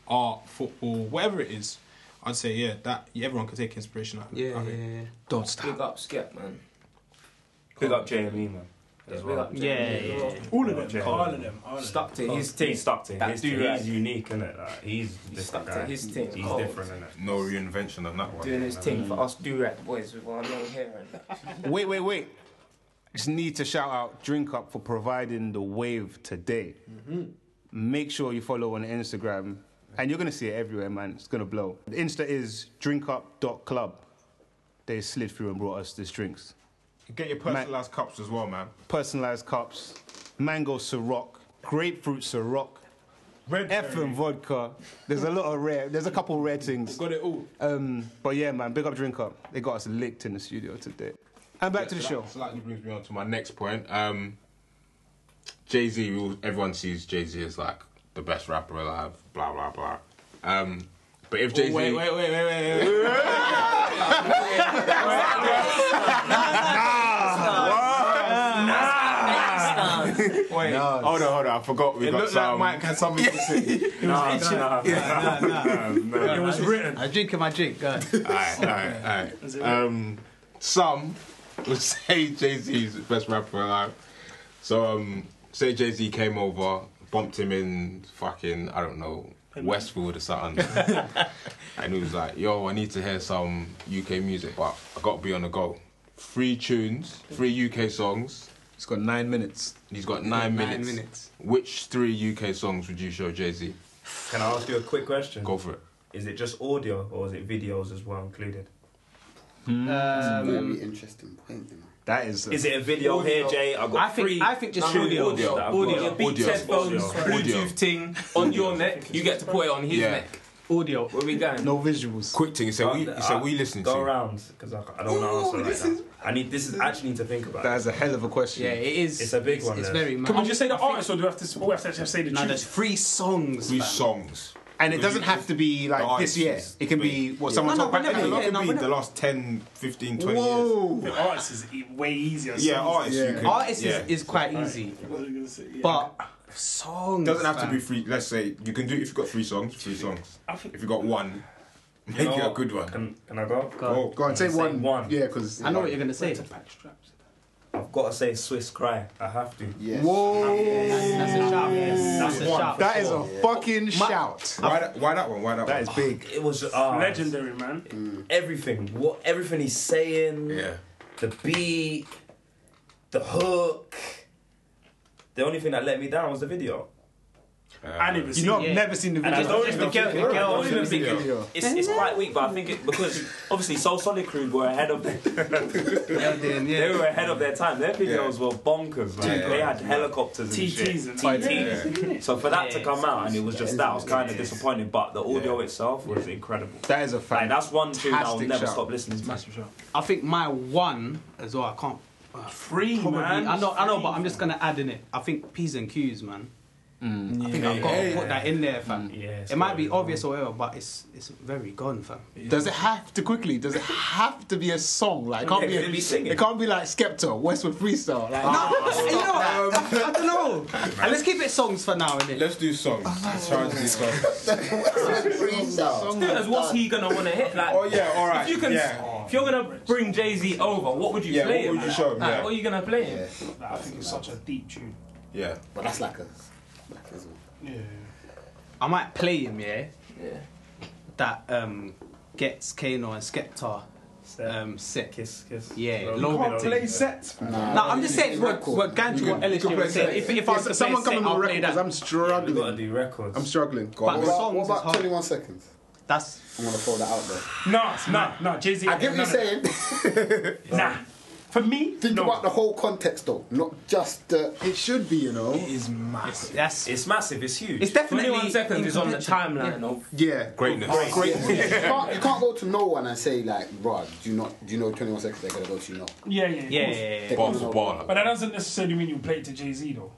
Speaker 2: art, football, whatever it is, I'd say yeah that yeah, everyone can take inspiration out. of it,
Speaker 6: Yeah,
Speaker 2: I think.
Speaker 6: yeah, yeah.
Speaker 1: Don't
Speaker 11: Big up Skep, man.
Speaker 4: Big up JME, man. As
Speaker 11: Yeah,
Speaker 4: well.
Speaker 11: big up Yeah, JME. yeah, yeah.
Speaker 10: All
Speaker 4: Big up E.
Speaker 10: of them,
Speaker 4: JME.
Speaker 10: all of them, all of them.
Speaker 11: Stuck to his team.
Speaker 4: He's stuck to
Speaker 11: That
Speaker 4: his
Speaker 11: do
Speaker 4: team.
Speaker 11: right.
Speaker 4: He's unique, innit? Like, he's he's
Speaker 11: stuck to
Speaker 4: guy.
Speaker 11: his team.
Speaker 4: He's
Speaker 11: Oh.
Speaker 4: different, innit?
Speaker 14: No reinvention on that one.
Speaker 11: Doing his thing for us do-rag boys with our long hair and that.
Speaker 1: Wait, wait, wait. Just need to shout out Drink Up for providing the wave today. Make sure you follow on Instagram, and you're gonna see it everywhere, man. It's gonna blow. The Insta is drinkup.club. They slid through and brought us these drinks.
Speaker 14: Get your personalized cups as well, man.
Speaker 1: Personalized cups, mango Ciroc, grapefruit Ciroc,
Speaker 14: red
Speaker 1: F and vodka. There's a lot of rare. There's a couple rare things.
Speaker 2: Got it all.
Speaker 1: Um, but yeah, man, big up Drink Up. They got us licked in the studio today. And back to the
Speaker 14: so
Speaker 1: show.
Speaker 14: That slightly brings me on to my next point. Um, Jay Z, everyone sees Jay Z as like the best rapper alive, blah blah blah. Um, but if Jay Z,
Speaker 2: Wait, wait, wait, wait, wait, wait.
Speaker 14: wait, hold on, hold on, I forgot we
Speaker 2: It
Speaker 14: got
Speaker 2: looked like
Speaker 14: some.
Speaker 2: Mike had something to say.
Speaker 4: Nah, nah, nah, nah, nah.
Speaker 14: It was
Speaker 10: written.
Speaker 6: I drink my drink. Go ahead.
Speaker 14: Alright, alright, alright. Um, some would say Jay Z is the best rapper alive. So, um, say Jay Z came over, bumped him in fucking, I don't know, Westfield or something.
Speaker 3: and he was like, "Yo, I need to hear some UK music, but I got to be on the go." Three tunes, three UK songs.
Speaker 1: He's got nine minutes.
Speaker 3: He's got nine,
Speaker 1: Nine
Speaker 3: minutes.
Speaker 1: minutes.
Speaker 3: Which three UK songs would you show Jay Z?
Speaker 4: Can I ask you a quick question?
Speaker 3: Go for it.
Speaker 4: Is it just audio or is it videos as well included?
Speaker 7: That's a
Speaker 4: Um,
Speaker 7: very interesting point. you know.
Speaker 1: That is.
Speaker 4: Is it a video here, Jay? I've got
Speaker 6: I think-
Speaker 4: three.
Speaker 6: I think just
Speaker 4: two
Speaker 6: audio.
Speaker 4: audios that I've
Speaker 6: Audio.
Speaker 4: got.
Speaker 6: Your Beats
Speaker 4: Audio.
Speaker 6: headphones,
Speaker 4: Audio.
Speaker 6: Bluetooth
Speaker 4: Audio.
Speaker 11: thing on your neck, you get to put it on his
Speaker 4: Yeah.
Speaker 11: neck.
Speaker 6: Audio.
Speaker 11: Where we going?
Speaker 1: No visuals.
Speaker 3: Quick thing. He said, "We." He said, "We listen
Speaker 4: uh, go
Speaker 3: to."
Speaker 4: around because I, I don't know. Answer right now. I need this is I actually need to think about.
Speaker 1: That is a hell of a question.
Speaker 4: Yeah, it is. It's a big one, then.
Speaker 10: Can we just say the artist, or do we have to? We have to actually say the
Speaker 1: No,
Speaker 10: tune?
Speaker 1: there's
Speaker 6: three songs.
Speaker 3: Three songs.
Speaker 1: And it doesn't have to be like this year. It can be what someone
Speaker 3: no,
Speaker 1: talked about.
Speaker 3: no, it could be the last 10, 15, 20
Speaker 1: Whoa.
Speaker 3: years.
Speaker 10: The artist is e- way easier.
Speaker 3: Yeah,
Speaker 10: songs
Speaker 3: artist, you could-
Speaker 6: Artist
Speaker 3: yeah.
Speaker 6: is, is quite easy, but songs
Speaker 3: Doesn't have to
Speaker 6: fam.
Speaker 3: be three. Let's say you can do if you've got three songs, three songs. If you've got one, make
Speaker 4: You know
Speaker 3: it a
Speaker 4: what?
Speaker 3: good one. Oh,
Speaker 4: Can, can I go?
Speaker 3: Go. Go on, say one.
Speaker 4: one.
Speaker 1: Yeah, because
Speaker 6: I know what you're gonna say.
Speaker 4: I've got to say Swiss Cry. I have to.
Speaker 1: Yes. Whoa.
Speaker 6: That's a shout. That's a shout.
Speaker 1: That is a fucking shout.
Speaker 3: Why that, why that one? Why that,
Speaker 1: That
Speaker 4: one?
Speaker 1: is big.
Speaker 4: It was uh,
Speaker 10: legendary, man.
Speaker 4: Everything, what everything he's saying,
Speaker 3: yeah,
Speaker 4: the beat, the hook. The only thing that let me down was the video.
Speaker 3: Uh,
Speaker 10: I never seen it.
Speaker 4: And I don't even think it- I don't even think it-
Speaker 10: video.
Speaker 4: It's, it's quite weak, but I think it because obviously Soul Solid Crew were ahead of their They were ahead of their time. Their videos were bonkers. Like,
Speaker 3: Yeah.
Speaker 4: They had helicopters and
Speaker 10: TTs
Speaker 4: shit.
Speaker 10: and
Speaker 4: TTs. So for that to come out and it was
Speaker 3: Yeah.
Speaker 4: just that, I was kind of disappointed. But the audio itself was incredible.
Speaker 1: That is a fact.
Speaker 4: Like, that's one tune I'll
Speaker 6: Fantastic
Speaker 4: never
Speaker 6: shout.
Speaker 4: stop listening to.
Speaker 6: I think my one as well. I can't. Uh,
Speaker 10: Free
Speaker 4: man.
Speaker 6: I know, I know, but I'm just gonna add in it. I think P's and Q's, man. I think I've got to
Speaker 1: Yeah.
Speaker 6: put that in there, fam.
Speaker 4: Yeah,
Speaker 6: it might be obvious or whatever, but it's it's very gone, fam.
Speaker 1: Does it have to quickly? Does it have to be a song? Like it
Speaker 6: Yeah,
Speaker 1: can't
Speaker 6: it could
Speaker 1: be.
Speaker 6: be
Speaker 1: A,
Speaker 6: singing.
Speaker 1: it can't be like Skepta, Westwood Freestyle. Like,
Speaker 6: no, you know, what? I, I don't know. And let's keep it songs for now, innit?
Speaker 3: Let's do songs. Let's try to do songs.
Speaker 11: Because what's he gonna want to hit? Like,
Speaker 3: Oh, yeah, all right,
Speaker 11: If you can,
Speaker 3: yeah.
Speaker 11: if you're gonna bring Jay Z over, what would you
Speaker 3: Yeah,
Speaker 11: play?
Speaker 3: what
Speaker 11: him?
Speaker 3: would you show him?
Speaker 11: Like,
Speaker 3: Yeah.
Speaker 11: What are you gonna play? Him?
Speaker 10: I think it's such a deep tune.
Speaker 3: Yeah.
Speaker 7: But that's like a. That's
Speaker 10: Yeah.
Speaker 6: I might play him, yeah.
Speaker 11: Yeah.
Speaker 6: That um gets Kano and Skepta um set.
Speaker 4: Kiss, kiss.
Speaker 6: Yeah,
Speaker 1: You
Speaker 6: low
Speaker 1: can't
Speaker 6: bit.
Speaker 1: play sets. man.
Speaker 6: No, I'm just saying what what Ganji
Speaker 1: You
Speaker 6: what
Speaker 1: can- you can
Speaker 6: LSJ
Speaker 1: play
Speaker 6: was saying.
Speaker 1: sets.
Speaker 6: If if I was to play
Speaker 1: someone
Speaker 6: a set,
Speaker 1: coming
Speaker 6: I'll
Speaker 1: with
Speaker 6: play
Speaker 1: records,
Speaker 6: that.
Speaker 1: I'm struggling.
Speaker 4: Gotta do records.
Speaker 1: I'm struggling.
Speaker 6: But
Speaker 7: What
Speaker 6: the
Speaker 7: about,
Speaker 6: songs
Speaker 7: what
Speaker 6: is
Speaker 7: about
Speaker 6: hard.
Speaker 7: 21 seconds?
Speaker 6: That's
Speaker 7: I'm gonna throw that out there.
Speaker 10: No, no, no. Jay Z.
Speaker 7: I get what you're saying.
Speaker 10: nah. For me,
Speaker 7: think about the whole context though, not just the. It should be, you know.
Speaker 4: It is massive.
Speaker 6: That's
Speaker 4: it's massive. It's huge.
Speaker 6: It's definitely
Speaker 11: 21 seconds is on the timeline of
Speaker 7: Yeah,
Speaker 3: Greatness.
Speaker 7: Oh, greatness. you, can't, you can't go to no one and say like, "Bruh, do you not? Do you know 21 seconds? They're gonna go to you now."
Speaker 10: Yeah, yeah,
Speaker 7: They're
Speaker 10: of course.
Speaker 3: Bar
Speaker 7: gonna
Speaker 3: for
Speaker 7: know.
Speaker 3: bar.
Speaker 10: But that doesn't necessarily mean you play to Jay Z though.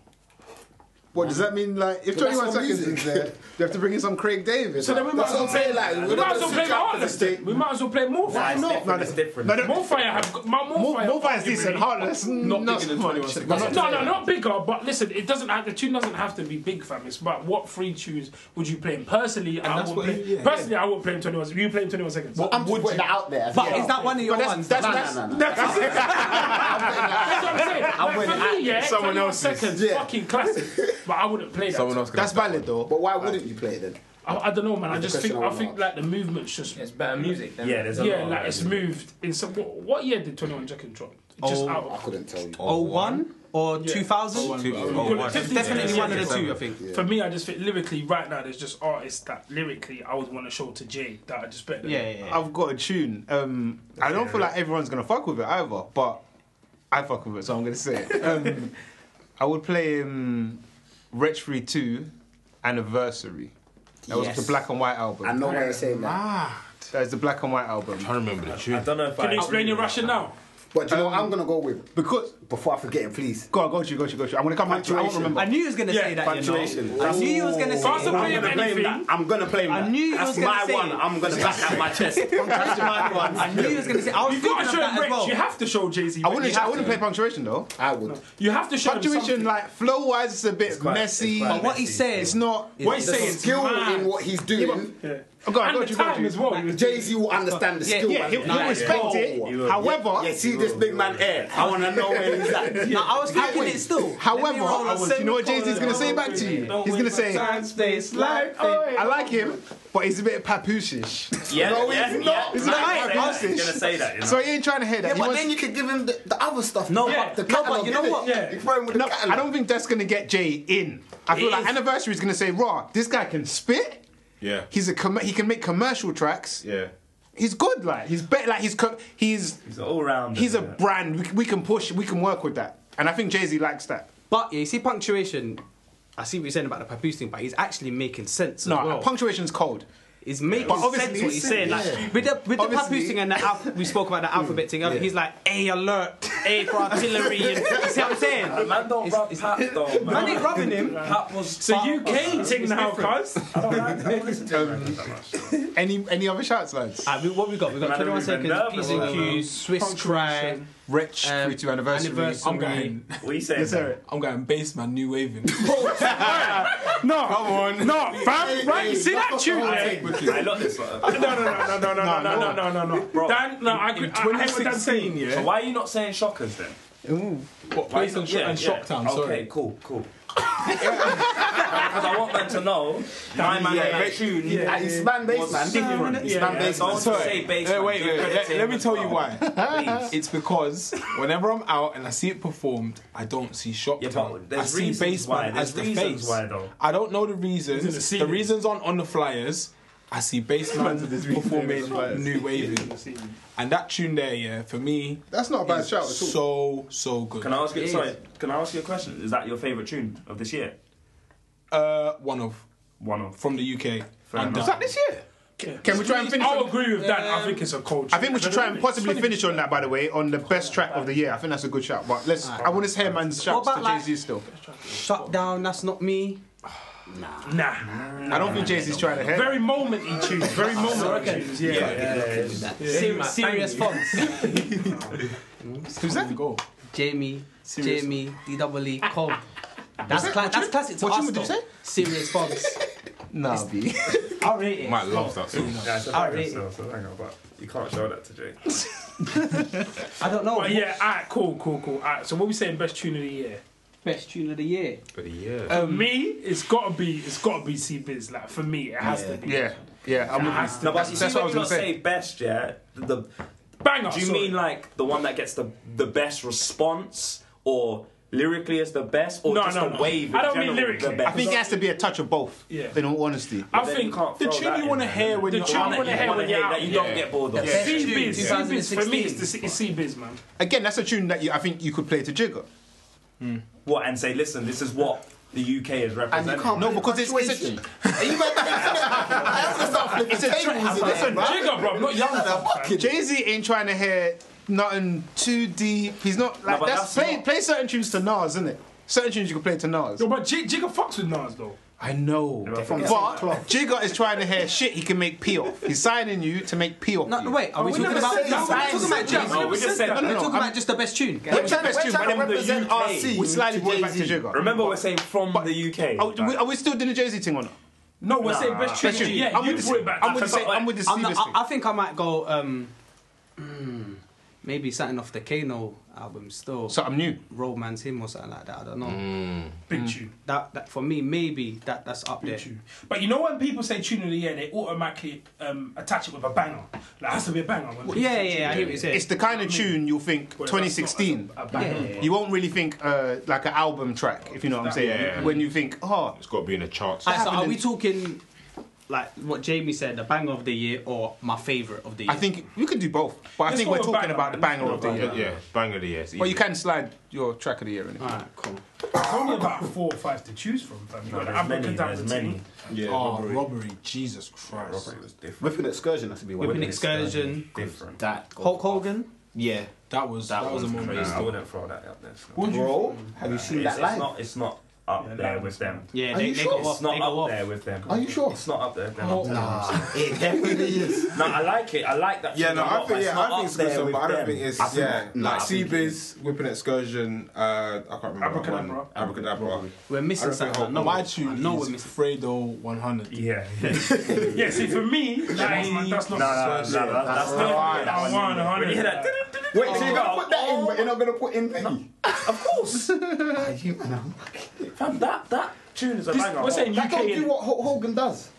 Speaker 1: What does that mean? Like, if
Speaker 7: But that's
Speaker 1: 21
Speaker 7: what
Speaker 1: seconds
Speaker 7: music
Speaker 1: is
Speaker 7: is.
Speaker 1: there, you have to bring in some Craig Davis.
Speaker 10: So then we might as
Speaker 7: That's
Speaker 10: well
Speaker 7: what I'm
Speaker 10: play
Speaker 7: saying, like,
Speaker 10: like
Speaker 7: we're
Speaker 10: we
Speaker 7: not
Speaker 10: might as well
Speaker 7: gonna
Speaker 10: play
Speaker 7: sit
Speaker 10: the
Speaker 7: down for
Speaker 10: artist.
Speaker 7: the
Speaker 10: then.
Speaker 7: state.
Speaker 10: We might as well play more.
Speaker 1: Nah, it's different, it's different. No, no.
Speaker 10: Bonfire have got- my Bonfire.
Speaker 1: Bonfire is
Speaker 10: arguably-
Speaker 1: decent, Heartless, not, not
Speaker 3: bigger than 21
Speaker 1: much.
Speaker 3: seconds.
Speaker 10: No, no, not bigger. But listen, it doesn't. Have, the tune doesn't have to be big, fam. It's about what three tunes would you play? And personally, I
Speaker 3: that's
Speaker 10: would
Speaker 3: what-
Speaker 10: play.
Speaker 3: yeah, yeah.
Speaker 10: personally, I would play in twenty one. You play in twenty one seconds.
Speaker 7: Well, I'm just putting that out there. as
Speaker 6: But
Speaker 7: well.
Speaker 6: is that one of your
Speaker 7: that's-
Speaker 6: ones?
Speaker 7: That's,
Speaker 6: Nah,
Speaker 7: that's,
Speaker 6: nah, nah,
Speaker 10: That's it. That's what I'm saying. Like,
Speaker 7: wouldn't
Speaker 10: for
Speaker 7: act
Speaker 10: me, yeah,
Speaker 7: it.
Speaker 10: someone
Speaker 7: Someone
Speaker 10: else
Speaker 7: else's.
Speaker 10: seconds,
Speaker 7: Yeah.
Speaker 10: fucking classic. But I wouldn't play that.
Speaker 3: Someone else.
Speaker 7: That's valid though. But why wouldn't you play it then?
Speaker 10: I, I don't know, man. I
Speaker 7: That's
Speaker 10: just
Speaker 7: the
Speaker 10: think
Speaker 7: question I
Speaker 10: I
Speaker 7: wanna
Speaker 10: think like the movement's just
Speaker 11: it's better music. Than
Speaker 4: Yeah, there's a
Speaker 10: yeah,
Speaker 4: lot.
Speaker 10: like it's moved. In some what, what year did Twenty One Jacket drop? Just
Speaker 6: Oh,
Speaker 10: out.
Speaker 7: I
Speaker 10: Of,
Speaker 7: couldn't tell you.
Speaker 6: Oh one or two thousand?
Speaker 3: Oh,
Speaker 6: Definitely one of the two, I think.
Speaker 10: For me, I just think lyrically right now, there's just artists that lyrically I would want to show to Jay that I just better.
Speaker 6: Yeah, yeah, yeah.
Speaker 1: I've got a tune. Um, I don't feel like everyone's gonna fuck with it either, but I fuck with it, so I'm gonna say it. Um, I would play um, Wretch Free Two, Anniversary. That
Speaker 7: Yes.
Speaker 1: was the black and white album.
Speaker 7: I know why you're saying that.
Speaker 1: That is the black and white album.
Speaker 3: I remember the
Speaker 4: I
Speaker 3: tune.
Speaker 4: don't know if I.
Speaker 10: Can you explain your rationale?
Speaker 7: But do you know what I'm gonna go with?
Speaker 1: Because
Speaker 7: Before I forget it, please.
Speaker 1: Um, go on, go to you, go to you, go to you. I'm gonna come back to. it, I won't
Speaker 7: Punctuation.
Speaker 1: remember.
Speaker 6: I knew you was gonna
Speaker 1: Yeah,
Speaker 6: say that. You
Speaker 7: punctuation.
Speaker 6: know? I knew you was gonna say
Speaker 10: Faster
Speaker 6: that.
Speaker 10: play
Speaker 4: I'm gonna blame
Speaker 10: anything.
Speaker 4: that. I'm gonna blame that.
Speaker 6: I knew you
Speaker 4: That's
Speaker 6: was gonna
Speaker 4: my
Speaker 6: say
Speaker 4: one.
Speaker 6: it.
Speaker 4: I'm gonna back out my chest. That's my one.
Speaker 6: I knew you was gonna say. I was
Speaker 10: You've
Speaker 6: thinking
Speaker 10: got
Speaker 6: of
Speaker 10: to show
Speaker 6: that
Speaker 10: him
Speaker 6: as
Speaker 10: Rich.
Speaker 6: well.
Speaker 10: You have to show Jay Z.
Speaker 1: I wouldn't. I wouldn't play punctuation though.
Speaker 7: I would.
Speaker 10: You have to show him
Speaker 1: Punctuation,
Speaker 10: something.
Speaker 1: like flow wise, it's a bit
Speaker 4: quite-
Speaker 1: messy.
Speaker 4: it's quite
Speaker 6: But what he says,
Speaker 1: it's not.
Speaker 10: What he's
Speaker 7: The
Speaker 10: saying is
Speaker 7: skill
Speaker 10: mad.
Speaker 7: in what he's doing.
Speaker 10: Yeah.
Speaker 1: Oh, go on,
Speaker 10: and
Speaker 1: go
Speaker 10: the
Speaker 1: on, go on,
Speaker 10: time
Speaker 1: go
Speaker 10: as well.
Speaker 1: on.
Speaker 10: he was
Speaker 7: Jay Z will understand the
Speaker 6: Yeah,
Speaker 7: skill.
Speaker 6: yeah,
Speaker 7: man.
Speaker 1: he'll- he'll respect it.
Speaker 7: yeah.
Speaker 1: However-
Speaker 7: yeah, see this big man here. I want to know where he's at.
Speaker 6: No, I was thinking it still. Let me
Speaker 1: However,
Speaker 6: roll a
Speaker 1: I was, you know what Jay Z's gonna
Speaker 6: semicolon.
Speaker 1: say back to you? He's gonna say,
Speaker 6: Time, space, life.
Speaker 1: I like him,
Speaker 17: but he's a bit papooshish.
Speaker 4: Yeah,
Speaker 17: no, he's
Speaker 4: yeah,
Speaker 17: not.
Speaker 4: yeah.
Speaker 17: He's
Speaker 4: No,
Speaker 17: not
Speaker 4: he's gonna
Speaker 17: papooshish.
Speaker 4: say that, he's gonna say that, you know.
Speaker 17: So he ain't trying to hear that.
Speaker 7: Yeah,
Speaker 17: He
Speaker 7: but
Speaker 17: wants-
Speaker 7: then you could give him the, the other stuff.
Speaker 17: No, but-
Speaker 7: but, the
Speaker 17: no,
Speaker 7: catalog,
Speaker 17: but you know
Speaker 7: innit?
Speaker 17: what?
Speaker 7: You throw him with
Speaker 1: No,
Speaker 7: the
Speaker 1: I don't think that's gonna get Jay in. I feel like anniversary is gonna say, "Raw, this guy can spit.
Speaker 3: Yeah.
Speaker 1: He's a com- he can make commercial tracks.
Speaker 3: Yeah.
Speaker 1: He's good. Like he's better. Like he's co- he's he's
Speaker 4: all round.
Speaker 1: He's a brand. We, c- we can push. We can work with that. And I think Jay Z likes that.
Speaker 6: But yeah, you see punctuation. I see what you're saying about the papoose thing, but he's actually making sense.
Speaker 1: No,
Speaker 6: as well.
Speaker 1: punctuation's cold.
Speaker 6: He's making
Speaker 1: But obviously
Speaker 6: sense what
Speaker 1: he's
Speaker 6: he's saying.
Speaker 1: saying,
Speaker 6: Like
Speaker 1: yeah.
Speaker 6: with the with the
Speaker 1: Obviously- Mm.
Speaker 6: papoose thing and the alph- we spoke about the alphabet thing. earlier, He's like A alert, A for artillery. And, you see what I'm saying?
Speaker 4: Man don't rub Pap though. Man,
Speaker 6: Man ain't rubbing him.
Speaker 4: Pap was.
Speaker 6: So UK thing now,
Speaker 4: cuz.
Speaker 1: any any other shouts, lads?
Speaker 6: Uh, what we got? We got 21 seconds, P's and Q's, Swiss Cry,
Speaker 1: Rich
Speaker 6: um,
Speaker 1: free to anniversary.
Speaker 18: I'm going.
Speaker 4: What are you saying?
Speaker 1: Yes, sir.
Speaker 18: I'm going baseman, new waving.
Speaker 1: No, come
Speaker 4: Oh,
Speaker 1: on,
Speaker 18: no, fam, right? You see that tune?
Speaker 4: I love this one.
Speaker 18: No, no, no, no, no, no, no, no, no, no, no.
Speaker 4: Bro,
Speaker 18: Dan, no, I
Speaker 4: in
Speaker 18: agree. I- I hear what Dan's saying. Yeah.
Speaker 4: So why are you not saying shockers then?
Speaker 18: What,
Speaker 4: Why
Speaker 18: based
Speaker 4: not-
Speaker 18: on Shock- and Shocktown,
Speaker 4: Okay,
Speaker 18: sorry.
Speaker 4: cool, cool. Because I want them to know my man
Speaker 18: Yeah,
Speaker 4: on that
Speaker 18: make-
Speaker 4: tune.
Speaker 18: yeah.
Speaker 4: was
Speaker 18: It's man based, man.
Speaker 4: different.
Speaker 18: Yeah,
Speaker 4: It's
Speaker 18: yeah.
Speaker 4: man based. Don't
Speaker 18: Sorry.
Speaker 4: say based,
Speaker 18: Uh,
Speaker 4: man.
Speaker 18: wait,
Speaker 4: Give
Speaker 18: wait.
Speaker 4: credit
Speaker 18: Let,
Speaker 4: to
Speaker 18: let
Speaker 4: him
Speaker 18: me
Speaker 4: as
Speaker 18: tell
Speaker 4: well.
Speaker 18: you why.
Speaker 4: Please.
Speaker 18: it's because whenever I'm out and I see it performed, I don't see Shock Town. I
Speaker 4: there's
Speaker 18: see
Speaker 4: reasons why.
Speaker 18: Baseman
Speaker 4: There's
Speaker 18: as the
Speaker 4: reasons
Speaker 18: face.
Speaker 4: why, though.
Speaker 18: I don't know the
Speaker 4: It's in the
Speaker 18: reasons. The
Speaker 4: ceiling.
Speaker 18: reasons aren't on the flyers. I see Baseman performing New Waving. And that tune there, yeah, for me,
Speaker 17: That's not a bad
Speaker 18: is
Speaker 17: shout at all.
Speaker 18: So so good.
Speaker 4: Can I ask you? Sorry, can I ask you a question? Is that your favorite tune of this year?
Speaker 18: Uh, one of.
Speaker 4: One of.
Speaker 18: From the UK. And
Speaker 4: enough.
Speaker 18: that-
Speaker 1: this year? Can we try and finish?
Speaker 10: I'll
Speaker 1: on-
Speaker 10: agree with that. I think it's a culture.
Speaker 1: I think we should try and possibly finish on that, by the way, on the best track of the year. I think that's a good shout. But let's. I want to hear man's shouts
Speaker 6: about
Speaker 1: to Jay
Speaker 6: like-
Speaker 1: Z still.
Speaker 6: Shut down. That's not me.
Speaker 10: Nah.
Speaker 1: I don't think Jay Z's trying to hear.
Speaker 10: Very momenty tunes. Very momenty tunes. Yeah.
Speaker 6: Serious, serious fonts.
Speaker 1: Who's that? Go.
Speaker 6: Jamie,
Speaker 1: Serious-
Speaker 6: Jamie, D double E, Cobb. That's,
Speaker 1: that-
Speaker 6: cla-
Speaker 1: what
Speaker 6: that's
Speaker 1: you-
Speaker 6: classic to
Speaker 1: what
Speaker 6: us.
Speaker 1: you- what you
Speaker 6: though.
Speaker 1: say?
Speaker 6: Serious fonts.
Speaker 1: Nah, B.
Speaker 6: I rate it.
Speaker 3: Might love that song.
Speaker 4: Yeah, it's a
Speaker 6: I
Speaker 4: fact
Speaker 6: rate it.
Speaker 4: yourself, so hang on, but you can't show that to Jay.
Speaker 6: I don't know.
Speaker 10: But yeah, alright, cool, cool, cool. Alright, so what we saying best tune of the year?
Speaker 6: Best tune of the year.
Speaker 3: But yeah.
Speaker 10: For me, it's gotta be it's gotta be C Biz. Like for me, it has to be.
Speaker 1: Yeah, yeah. I'm
Speaker 10: Nah,
Speaker 1: with
Speaker 10: that's-
Speaker 1: you.
Speaker 4: No, but
Speaker 1: That's
Speaker 4: you
Speaker 1: that's
Speaker 4: see
Speaker 1: what I
Speaker 4: when
Speaker 1: was
Speaker 4: you
Speaker 1: gonna
Speaker 4: not say
Speaker 1: say.
Speaker 4: best, yeah, the, the
Speaker 10: banger.
Speaker 4: Do you
Speaker 10: sorry.
Speaker 4: mean like the one that gets the the best response, or lyrically is the best, or
Speaker 10: No,
Speaker 4: just
Speaker 10: no,
Speaker 4: the
Speaker 10: no.
Speaker 4: wave?
Speaker 10: I
Speaker 4: in
Speaker 10: don't mean
Speaker 4: general
Speaker 10: lyrically.
Speaker 4: The
Speaker 1: I
Speaker 4: best?
Speaker 1: think it has to be a touch of both.
Speaker 10: Yeah.
Speaker 1: In all honesty.
Speaker 10: I
Speaker 4: Then
Speaker 10: think
Speaker 4: you can't
Speaker 10: the
Speaker 4: throw
Speaker 10: tune
Speaker 4: that
Speaker 10: you
Speaker 4: in
Speaker 10: want to
Speaker 4: there,
Speaker 10: hear
Speaker 4: then.
Speaker 10: when
Speaker 4: The
Speaker 10: you're
Speaker 4: tune you
Speaker 10: out,
Speaker 4: wanna
Speaker 10: you
Speaker 4: hear
Speaker 10: want to hear
Speaker 4: that you
Speaker 10: when you're
Speaker 4: don't
Speaker 10: out.
Speaker 4: get bored of.
Speaker 10: Yeah.
Speaker 4: Yeah.
Speaker 10: C Biz,
Speaker 6: Tune
Speaker 10: C Biz. For me,
Speaker 6: 2016.
Speaker 10: it's the C- it's C Biz, man.
Speaker 1: Again, that's a tune that you, I think you could play to Jigger.
Speaker 4: What and say, listen, this is what the UK
Speaker 7: And
Speaker 4: is
Speaker 7: you
Speaker 4: representing.
Speaker 7: can't.
Speaker 1: No, because it's, it's a,
Speaker 7: Are you better? I am gonna start flipping
Speaker 1: It's a
Speaker 7: tables
Speaker 1: trick.
Speaker 7: in there,
Speaker 1: Listen,
Speaker 7: bruv.
Speaker 10: Jigger, bro, not young. fam.
Speaker 1: Jay Z ain't trying to hear nothing too deep. He's not like
Speaker 4: but
Speaker 1: that's,
Speaker 4: that's
Speaker 1: play
Speaker 4: not-
Speaker 1: play certain tunes to Nas, isn't it? Certain tunes you can play to Nas.
Speaker 10: Yo, but J- Jigger fucks with Nas though.
Speaker 1: I know,
Speaker 4: Yeah, but-
Speaker 1: but Jigger is trying to hear shit he can make P off. He's signing you to make P off.
Speaker 6: No,
Speaker 1: you.
Speaker 6: no, wait. Are Oh, we
Speaker 10: we
Speaker 6: talking
Speaker 10: never
Speaker 6: about?
Speaker 10: said
Speaker 6: We're
Speaker 10: that.
Speaker 6: talking about
Speaker 10: We never
Speaker 6: Jay-Z.
Speaker 4: No, we just said
Speaker 6: We're
Speaker 4: that.
Speaker 1: no,
Speaker 6: talking
Speaker 1: I'm-
Speaker 6: about just the best tune.
Speaker 7: We're trying to- we're trying to
Speaker 4: but then the
Speaker 7: represent
Speaker 4: UK.
Speaker 7: RC.
Speaker 1: We slightly
Speaker 7: to
Speaker 1: brought it back to
Speaker 7: Jay-Z.
Speaker 1: Jigger.
Speaker 4: Remember, we're saying from the UK.
Speaker 1: Are, we- are we still doing the Jay Z thing or not?
Speaker 10: No, we're saying best tune.
Speaker 1: Best tune.
Speaker 10: Yeah,
Speaker 1: I'm
Speaker 10: you
Speaker 1: with the
Speaker 10: brought it
Speaker 1: same-
Speaker 10: back.
Speaker 1: I'm with the same.
Speaker 10: Like,
Speaker 1: I'm with the
Speaker 6: I'm not,
Speaker 1: Stevens
Speaker 6: I,
Speaker 1: thing.
Speaker 6: I think I might go. Um, mm, maybe something off the Kano album still.
Speaker 1: Something new.
Speaker 6: Romance him or something like that. I don't know.
Speaker 10: Big tune.
Speaker 6: That that for me maybe that that's up there.
Speaker 10: Big tune. But you know when people say tune of the year, they automatically um, attach it with a banger. Like it has to be a banger. when people
Speaker 6: Yeah,
Speaker 10: say
Speaker 6: yeah,
Speaker 10: tune
Speaker 6: yeah, I
Speaker 10: of
Speaker 6: hear what
Speaker 10: the
Speaker 6: you're saying.
Speaker 1: It's the kind of tune you'll think
Speaker 10: Whereas
Speaker 1: 2016.
Speaker 10: that's not A banger.
Speaker 6: Yeah.
Speaker 1: You won't really think uh, like an album track, if you know what I'm saying.
Speaker 3: Yeah.
Speaker 1: When you think, oh,
Speaker 3: It's got to be in the charts.
Speaker 6: Alright, so are
Speaker 1: happened
Speaker 6: we
Speaker 1: in-
Speaker 6: talking like what Jamie said, the banger of the year or my favorite of the year?
Speaker 1: I think we could do both. But I
Speaker 10: Let's
Speaker 1: think
Speaker 10: go
Speaker 1: we're
Speaker 10: with
Speaker 1: talking
Speaker 10: banger,
Speaker 1: about the
Speaker 10: man.
Speaker 1: banger of the year.
Speaker 3: yeah, yeah, bang of the year. it's
Speaker 1: But you
Speaker 3: easy.
Speaker 1: can slide your track of the year in it.
Speaker 6: Alright, cool.
Speaker 10: There's only about four or five to choose from, fam. You
Speaker 4: No,
Speaker 10: got the
Speaker 4: there's many,
Speaker 10: African
Speaker 4: there's many.
Speaker 10: Tapatini.
Speaker 19: Yeah,
Speaker 18: Oh, robbery. Jesus Christ.
Speaker 7: Whipping excursion has to be one.
Speaker 6: Whipping excursion.
Speaker 4: Different.
Speaker 7: That.
Speaker 6: Hulk Hogan.
Speaker 7: Yeah.
Speaker 18: That was that, was a moment.
Speaker 4: I wouldn't throw that up there. still.
Speaker 10: Would you-
Speaker 7: Bro, have you seen
Speaker 4: It's,
Speaker 7: that
Speaker 4: it's
Speaker 7: live?
Speaker 4: not. It's not up
Speaker 10: Yeah,
Speaker 4: there
Speaker 10: that
Speaker 4: with them.
Speaker 6: Yeah,
Speaker 7: Are
Speaker 6: they,
Speaker 7: you
Speaker 6: they
Speaker 7: sure?
Speaker 6: go
Speaker 7: It's
Speaker 6: off.
Speaker 4: It's
Speaker 6: they
Speaker 4: not
Speaker 6: go
Speaker 4: up
Speaker 6: off.
Speaker 4: there with them.
Speaker 7: Are you sure?
Speaker 4: It's not up there. They're not
Speaker 7: Nah, it definitely is.
Speaker 4: No, I like it. I like that.
Speaker 3: Yeah,
Speaker 4: tune
Speaker 3: no,
Speaker 4: a lot,
Speaker 3: I
Speaker 4: but
Speaker 3: think yeah, I
Speaker 4: not up
Speaker 3: think it's a good
Speaker 4: there
Speaker 3: song,
Speaker 4: with
Speaker 3: but I don't
Speaker 4: them.
Speaker 3: think it's
Speaker 7: I think-
Speaker 3: yeah.
Speaker 7: nah, I
Speaker 3: like
Speaker 7: think-
Speaker 3: Seabiz, Whipping Excursion, uh, I can't remember. that one.
Speaker 10: Abracadabra.
Speaker 3: Abracadabra.
Speaker 6: We're
Speaker 3: I
Speaker 6: missing
Speaker 3: don't think
Speaker 6: something. I
Speaker 3: Hulk-
Speaker 6: know.
Speaker 18: My
Speaker 6: I
Speaker 18: tune
Speaker 6: know
Speaker 18: is
Speaker 6: we're missing.
Speaker 18: Fredo 100.
Speaker 4: Yeah. yeah.
Speaker 10: Yeah, see, for me, that ain't- that's
Speaker 4: No, no,
Speaker 10: not.
Speaker 4: no, no, that's that's
Speaker 10: Right.
Speaker 4: not that one.
Speaker 10: One,
Speaker 4: When you hear that,
Speaker 7: Wait, so you're gonna put that in, but you're not gonna put in Penny?
Speaker 4: of course. Fam, that that tune is a
Speaker 10: This-
Speaker 4: banger.
Speaker 10: we're saying
Speaker 7: That
Speaker 10: UK.
Speaker 7: don't do
Speaker 10: and-
Speaker 7: what Hulk Hogan does.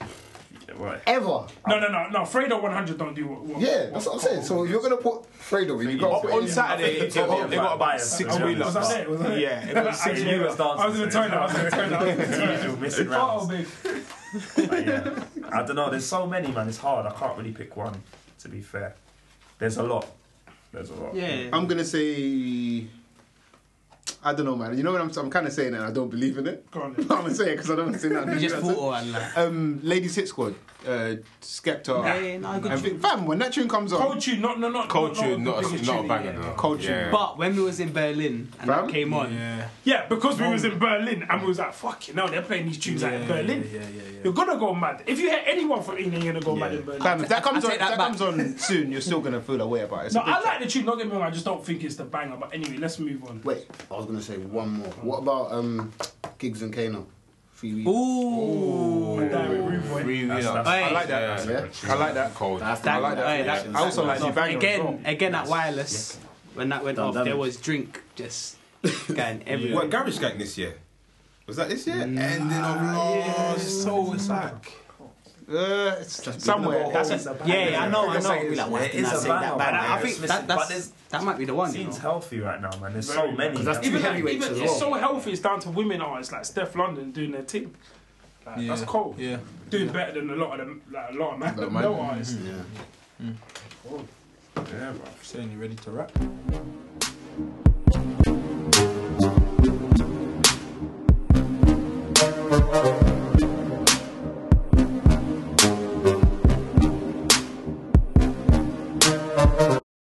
Speaker 7: Ever.
Speaker 10: No, no, no, no. Fredo 100 don't do what. what
Speaker 1: Yeah, that's what I'm saying. So you're gonna put Fredo in. You got
Speaker 10: But on Saturday,
Speaker 1: they
Speaker 10: it got- it got about six wheelers. Oh, Was I there? Was I there?
Speaker 1: Yeah,
Speaker 10: it got six wheelers dancing. I was in the toilet, I was in the toilet, I was in the toilet.
Speaker 4: Usual missing rounds. But yeah, I don't know. There's so many, man. It's hard. I can't really pick one. To be fair, there's a lot. There's a lot.
Speaker 1: I'm gonna say. I don't know, man. You know what I'm? I'm kind of saying, it and I don't believe in it. I'm gonna say it because I don't want to say nothing.
Speaker 6: You just
Speaker 1: That's it.
Speaker 6: thought, oh, Allah.
Speaker 1: Um, Ladies Hit Squad, uh, Skepta.
Speaker 6: Yeah, yeah, no, good
Speaker 1: and
Speaker 6: tune.
Speaker 1: Fam, when that tune comes on,
Speaker 10: Cold tune, not no, not
Speaker 1: Cold
Speaker 10: not,
Speaker 1: tune, not a-
Speaker 10: biggest
Speaker 1: not a
Speaker 10: tune,
Speaker 1: banger, though. Cold tune. Yeah.
Speaker 6: But when we was in Berlin and that came on,
Speaker 10: yeah, because we was in Berlin and we was like, fuck you, now they're playing these tunes out in
Speaker 6: Yeah,
Speaker 10: Berlin.
Speaker 6: yeah,
Speaker 10: You're gonna go mad if you hear anyone from England, you're gonna go mad in Berlin.
Speaker 1: Fam, if that comes on, if that
Speaker 10: back.
Speaker 1: comes on soon, you're still gonna feel that way about it. It's
Speaker 10: no,
Speaker 1: a big
Speaker 10: I like the tune. Don't get me wrong, I just don't think it's the banger. But anyway, let's move on.
Speaker 7: Wait, I was gonna say one more. What about um, Gigs and Kano? Three weeks.
Speaker 6: Ooh,
Speaker 7: three
Speaker 1: That's- that's- I like that. I like that. Cold. I like that.
Speaker 6: Hey, that-
Speaker 1: I also like the
Speaker 6: that-
Speaker 1: banger.
Speaker 6: Again,
Speaker 1: as well.
Speaker 6: again at wireless, when that went
Speaker 1: Done
Speaker 6: off,
Speaker 1: damage.
Speaker 6: there was drink just going everywhere.
Speaker 3: What Garage Gang this year? Was that this year? Ending of last.
Speaker 10: so it's like.
Speaker 1: Uh, it's somewhere.
Speaker 6: That's
Speaker 1: That's
Speaker 6: a, yeah, yeah, I know, I know. I'll be like, why didn't I say that bad? I think that, that's, that might be the one. you
Speaker 4: Scene's
Speaker 6: know.
Speaker 4: healthy right now, man. There's so many.
Speaker 10: even like, even, it's so healthy. It's down to women artists like Steph London doing their thing. Like, That's
Speaker 20: Yeah,
Speaker 10: cool.
Speaker 20: yeah.
Speaker 10: doing better than a lot of them. Like, a lot of man,
Speaker 20: Lot of
Speaker 10: no,
Speaker 20: man-
Speaker 10: artists.
Speaker 20: Mhm.
Speaker 10: Yeah.
Speaker 20: Yeah, bro. Saying you ready to rap?